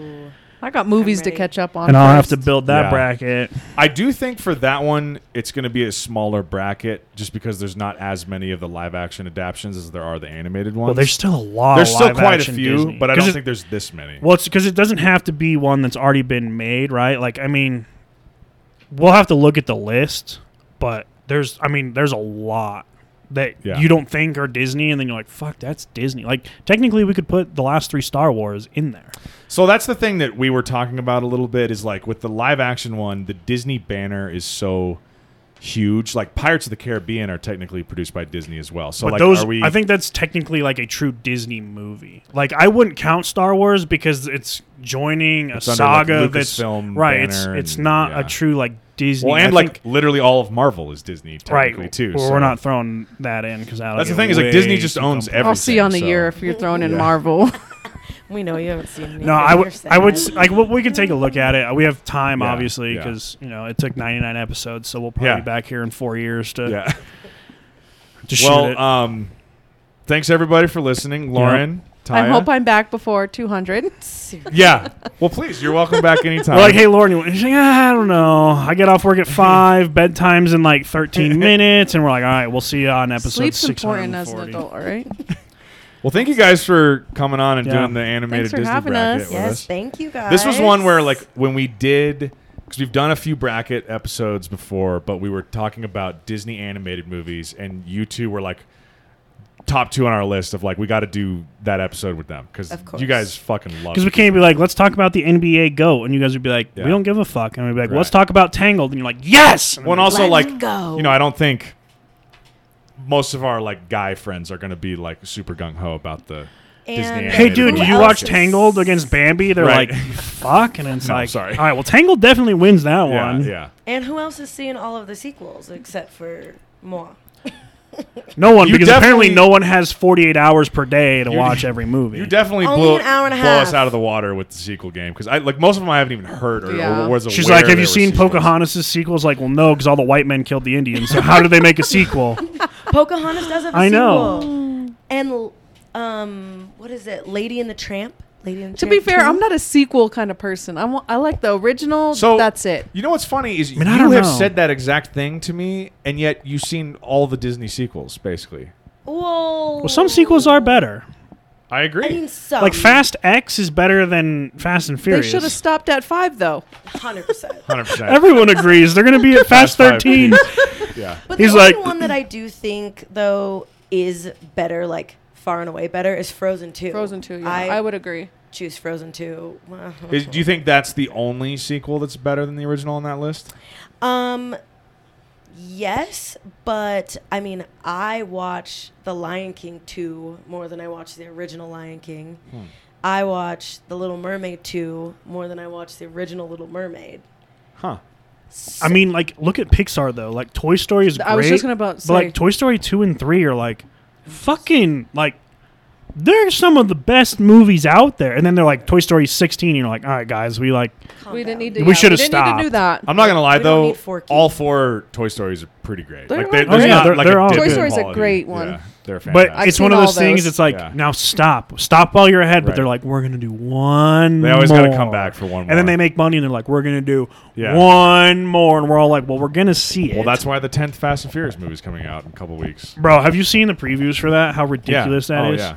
D: I got movies
B: I'm
D: to
B: ready.
D: catch up on.
A: and I'll have to
D: first.
A: build that
C: Yeah.
A: bracket.
C: I do think for that one, it's going to be a smaller bracket just because there's not as many of the live action adaptions as there are the animated ones.
A: Well, there's still a lot.
C: There's
A: of
C: still
A: live
C: quite a
A: action
C: few,
A: Disney.
C: but I
A: 'Cause
C: don't
A: it-
C: think there's this many.
A: Well, it's because it doesn't have to be one that's already been made, right? Like, I mean, we'll have to look at the list, but there's, I mean, there's a lot that
C: Yeah.
A: you don't think are Disney, and then you're like, "Fuck, that's Disney." Like, technically, we could put the last three Star Wars in there.
C: so that's the thing that we were talking about a little bit is like with the live action one, the Disney banner is so huge. Like Pirates of the Caribbean are technically produced by Disney as well. So
A: but
C: like,
A: those,
C: are we?
A: I think that's technically like a true Disney movie. Like I wouldn't count Star Wars because it's joining a
C: It's under, like,
A: saga that's
C: Lucasfilm
A: right. It's
C: banner
A: it's
C: and-
A: not
C: yeah.
A: a true like Disney.
C: well, and
A: I
C: like
A: think-
C: literally all of Marvel is Disney
A: right
C: technically too.
A: Well,
C: so.
A: We're not throwing that in because
C: That's the thing is like Disney just owns everything.
D: I'll see you on the
C: so-
D: year if you're throwing in
C: Yeah.
D: Marvel.
B: We know you haven't seen. anything.
A: No, I
B: You're
A: would.
B: sad.
A: I would s- like. Well, we can take a look at it. We have time,
C: Yeah,
A: obviously,
C: yeah.
A: 'cause obviously, because you know it took 99 episodes, so we'll probably
C: Yeah.
A: be back here in four years to
C: Yeah.
A: to shoot
C: Well,
A: it.
C: um, thanks everybody for listening, Lauren. Taya.
D: I hope I'm back before 200.
B: Seriously.
C: yeah. Well, please, you're welcome back anytime.
A: We're like, hey, Lauren, you want-" she's like, "Ah, I don't know. I get off work at five. Bedtime's in like 13 minutes, and we're like, all right, we'll see you on episode
D: Sleep's important as an
A: 640.
D: adult, all right?
C: well, thank you guys for coming on and
A: Yeah.
C: doing the
D: Thanks
C: animated
D: for
C: Disney
D: having
C: bracket
D: us.
C: with
B: Yes,
C: us.
B: thank you guys.
C: This was one where, like, when we did, because we've done a few bracket episodes before, but we were talking about Disney animated movies, and you two were like top two on our list of like we got to do that episode with them because
B: Of course.
C: you guys fucking love.
A: Because we can't be like, let's talk about the NBA GOAT, and you guys would be like,
C: Yeah.
A: we don't give a fuck, and we'd be like, let's
C: Right.
A: talk about Tangled, and you're like, yes. And
C: Well, and
A: I'm
C: also
B: Let
C: like
B: it go.
C: you know, I don't think most of our like guy friends are going to be like super gung ho about the Disney.
B: And- uh,
A: like, hey,
C: animated
A: dude,
B: Who
A: did
C: movie.
A: you
B: else
A: watch
B: is-
A: Tangled against Bambi? They're
C: Right.
A: like, fuck, and it's
C: No,
A: like,
C: sorry.
A: all right, well, Tangled definitely wins that
C: Yeah,
A: one.
C: yeah.
B: and who else has seen all of the sequels except for moi?
A: No one,
C: You
A: because apparently
C: definitely-
A: no one has 48 hours per day to
C: You-
A: watch every movie.
C: You definitely
B: Only
C: blew,
B: an hour and a
C: blow us
B: half.
C: out of the water with the sequel game because I like most of them I haven't even heard or,
D: Yeah.
C: or was aware.
A: She's like, have
C: there
A: you
C: were
A: seen
C: sequels."
A: Pocahontas' sequels? Like, well, no, because all the white men killed the Indians. So how did they make a sequel?
B: Pocahontas does have a
A: I know.
B: sequel. And um, what is it? Lady and the Tramp. Lady and the
D: To
B: Tramp
D: be fair,
B: 2?
D: I'm not a sequel kind of person. I'm, I like the original.
C: So
D: that's it.
C: You know what's funny is
A: mean, I
C: you
A: don't
C: have
A: know.
C: said that exact thing to me, and yet you've seen all the Disney sequels basically.
B: Well,
A: Well, some sequels are better.
C: I
B: I
C: agree.
B: mean, some.
A: Like Fast X is better than Fast and
D: Um, They
A: Furious.
D: should have stopped at five, though.
B: hundred percent.
C: Hundred percent.
A: Everyone agrees they're going to be at Fast
C: Fast
A: 13.
C: Five, Yeah.
B: But
A: He's
B: the only
A: like-
B: one that I do think though is better, like far and away better, is Frozen Two.
D: Frozen 2, yeah.
B: I,
D: I, would agree.
B: choose Frozen Two.
C: Is, do you think that's the only sequel that's better than the original on that list?
B: Um, yes, but I mean, I watch The Lion King two more than I watch the original Lion King. I watch The Little Mermaid two more than I watch the original Little Mermaid.
C: Huh.
A: I mean, like, look at Pixar, though. Like, Toy Story is great.
D: I was just gonna about
A: But,
D: say-
A: like, Toy Story 2 and 3 are, like, fucking, like, they're some of the best movies out there. And then they're like Toy Story 16. You're like, all right, guys, we like
B: Calm
D: We didn't
B: down.
D: need to.
A: We
D: yeah,
A: shoulda
D: didn't need
A: stopped.
D: to do that.
C: I'm not gonna lie
B: We don't
C: though,
B: need four keys.
C: all four Toy Stories are pretty great.
D: They're
C: like they,
D: all
C: there's
A: great.
C: not
A: They're-
C: like
A: they're
C: a
A: all
C: dip
A: good.
C: in
A: Toy
D: Story's a
C: quality.
D: great one.
C: Yeah, they're
A: But
C: fantastic.
D: I've
A: it's one of
D: seen
A: those,
D: all
A: things.
D: those.
A: It's like
C: Yeah.
A: now stop, stop while you're ahead. But
C: Right.
A: they're like, we're gonna do one.
C: They always
A: got
C: gotta come back for one
A: And then
C: more.
A: they make money, and they're like, we're gonna do
C: Yeah.
A: one more, and we're all like, well, we're gonna see it.
C: well, that's why the 10th Fast and Furious movie's coming out in a couple weeks.
A: bro. Have you seen the previews for that? How ridiculous
C: yeah.
A: that
C: oh,
A: is.
C: Yeah.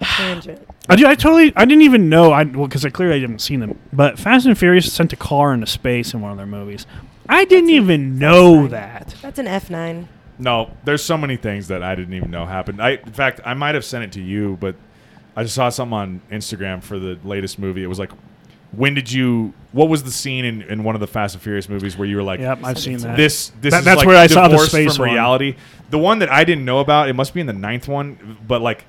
B: Tangent.
A: I, do- I totally, I didn't even know. I well, because I clearly didn't see them. But Fast and Furious sent a car into space in one of their movies. I didn't even know that.
B: That's an F nine.
C: No, there's so many things that I didn't even know happened. I, in fact, I might have sent it to you, but I just saw something on Instagram for the latest movie. It was like, when did you? What was the scene in, in one of the Fast and Furious movies where you were like,
A: Yep, I've seen that.
C: This, this
A: That-
C: is
A: that's
C: like
A: where I saw the
C: divorced
A: space
C: from
A: one.
C: reality. The one that I didn't know about. It must be in the ninth one, but like.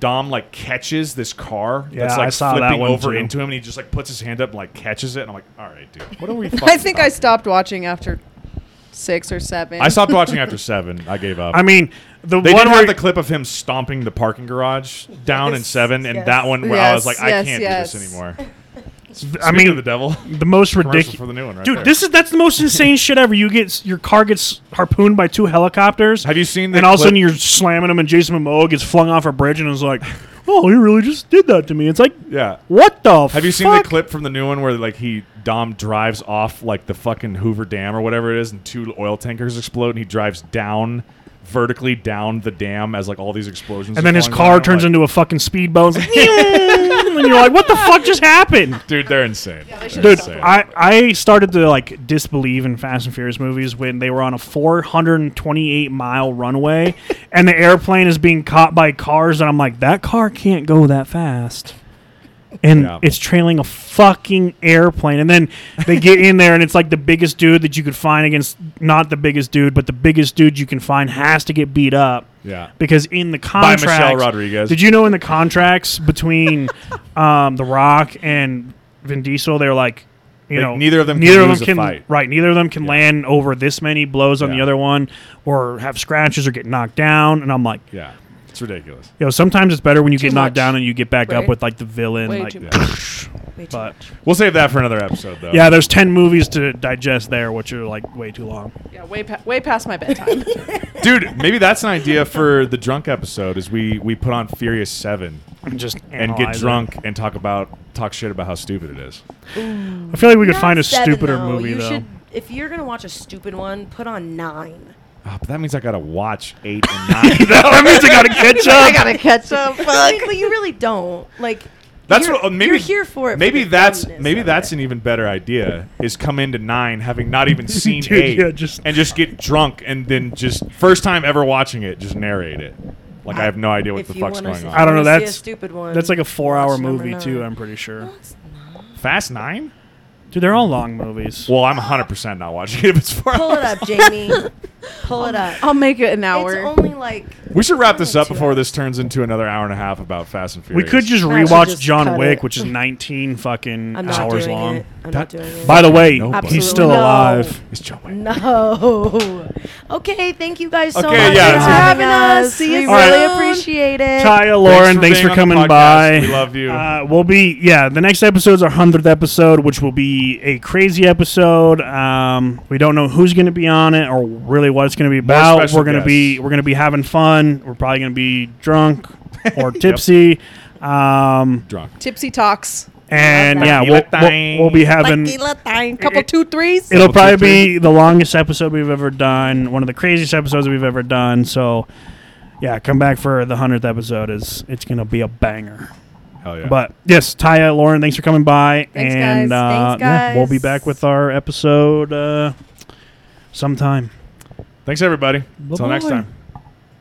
C: Dom like catches this car
A: Yeah,
C: that's like
A: I saw that
C: flipping
A: one,
C: over
A: too.
C: into him, and he just like puts his hand up and like catches it. And I'm like, all right, dude, what are we?
E: I think I
C: fucking
E: stopped watching after six or seven.
C: talking- I stopped watching after seven. I gave up.
A: I mean, the
C: They
A: one
C: did
A: where
C: have the clip of him stomping the parking garage down in
B: Yes,
C: seven, and
B: yes.
C: that one where I was
E: Yes,
C: like, I
E: yes,
C: can't
E: yes.
C: do this anymore.
A: I
C: Speaking
A: mean,
C: of the devil,
A: the most
C: commercial
A: ridiculous.
C: for the new one, right
A: Dude,
C: there.
A: this is that's the most insane shit ever. You get your car gets harpooned by two helicopters.
C: Have you seen the
A: And all of a
C: clip-
A: sudden you're slamming them, and Jason Momoa gets flung off a bridge, and is like, "Oh, he really just did that to me." It's like,
C: yeah.
A: what the?
C: Have you seen
A: fuck?
C: the clip from the new one where like he Dom drives off like the fucking Hoover Dam or whatever it is, and two oil tankers explode, and he drives down vertically down the dam as like all these explosions.
A: And then his car turns into a fucking speedboat, and it's like, and you're like, "What the fuck just happened?"
C: Dude, they're insane. They're
A: Dude,
C: insane.
A: I, I started to like disbelieve in Fast and Furious movies when they were on a 428 mile runway and the airplane is being caught by cars and I'm like that car can't go that fast. And
C: Yeah.
A: it's trailing a fucking airplane and then they get in there and it's like the biggest dude that you could find against not the biggest dude but the biggest dude you can find has to get beat up
C: yeah.
A: because in the
C: By
A: contracts
C: Michelle Rodriguez.
A: did you know in the contracts between um, The Rock and Vin Diesel, they're like, you
C: Like,
A: know,
C: neither of them can
A: neither of
C: lose
A: them
C: a
A: can
C: fight.
A: right, neither of them can land over this many blows on the
C: Yeah.
A: other one, or have scratches or get knocked down. And I'm like,
C: Yeah. It's ridiculous.
A: you know, sometimes it's better when you get knocked
D: much.
A: down and you get back up
D: Right.
A: with like the villain.
D: Way
A: like,
D: too much.
C: Yeah.
B: Way too
A: but
B: much.
C: We'll save that for another episode, though.
A: yeah, there's ten movies to digest there, which are like way too long.
D: Yeah, way pa- way past my bedtime.
C: dude maybe that's an idea for the drunk episode is we we put on furious seven
A: Just
C: and get
A: analyze it.
C: drunk and talk about talk shit about how stupid it is
A: I feel like we could
B: Not
A: find a
B: seven,
A: stupider
B: though.
A: movie
B: You
A: though.
B: should- if you're gonna watch a stupid one, put on nine.
C: Ah, but that means i gotta watch eight and nine
A: that means I gotta catch up.
D: I gotta catch up.
B: I mean, but you really don't. Like
C: that's
B: you're,
C: what uh, maybe
B: you're here for. It
C: maybe
B: for the
C: that's
B: dumbness
C: maybe
B: of
C: that's
B: it.
C: an even better idea is come into nine having not even seen
A: Dude,
C: eight
A: yeah, just-
C: and just get drunk and then just first time ever watching it just narrate it like i, have no idea what
B: If
C: the
B: you
C: fuck's
B: wanna
C: going
B: see-
A: I
C: on
A: don't know.
B: Wanna see a
A: That's
B: stupid one,
A: That's like a four-hour
B: watch number
A: movie too.
B: nine.
A: I'm pretty sure.
C: fast nine
A: Dude, they're all long movies.
C: well i'm 100% not watching it if it's four
B: Pull it
C: hours.
B: up, Jamie. Um, Pull it up.
E: I'll make it an hour.
B: It's only like
C: We should wrap this up
B: Two
C: before
B: hours.
C: this turns into another hour and a half about Fast and
A: we
C: Furious.
A: could just
B: I should
A: rewatch
B: just
A: John
B: cut
A: Wick,
B: it.
A: which is 19 fucking
B: I'm not
A: hours
B: doing
A: long.
B: it. I'm
C: That-
B: not doing it.
A: By the way,
C: Nobody.
A: he's still
B: Absolutely. No.
A: alive.
C: It's John Wick.
B: no. Okay, thank you guys so
C: Okay,
B: much
C: yeah,
B: for
C: it's-
B: having
E: Having us.
B: us.
E: See
B: We
E: you
B: really
E: soon.
B: appreciate it.
A: Taya, Lauren,
C: for
A: thanks for,
C: being on the
A: coming
C: podcast.
A: by.
C: We love you.
A: Uh, we'll be yeah. The next episode's our hundredth episode, which will be a crazy episode. Um, we don't know who's going to be on it or really what it's going to be about.
C: special
A: We're going to be
C: guests.
A: we're going to be having fun. We're probably going to be drunk or tipsy. Um,
C: Drunk.
E: Tipsy talks.
A: and yeah, we'll,
C: Tequila
A: we'll,
C: time.
A: we'll be having
E: Couple two threes.
A: It'll
C: Double
A: probably be the longest episode we've ever done, one of the craziest episodes we've ever done. So, yeah, come back for the hundredth episode. Is it's gonna be a banger.
C: Hell yeah.
A: But yes, Taya, Lauren, thanks for coming by,
E: Thanks,
A: and
E: guys.
A: Uh,
E: Thanks,
A: yeah, we'll be
E: guys.
A: back with our episode uh, sometime.
C: Thanks, everybody. Until next
A: Bye-bye.
C: time.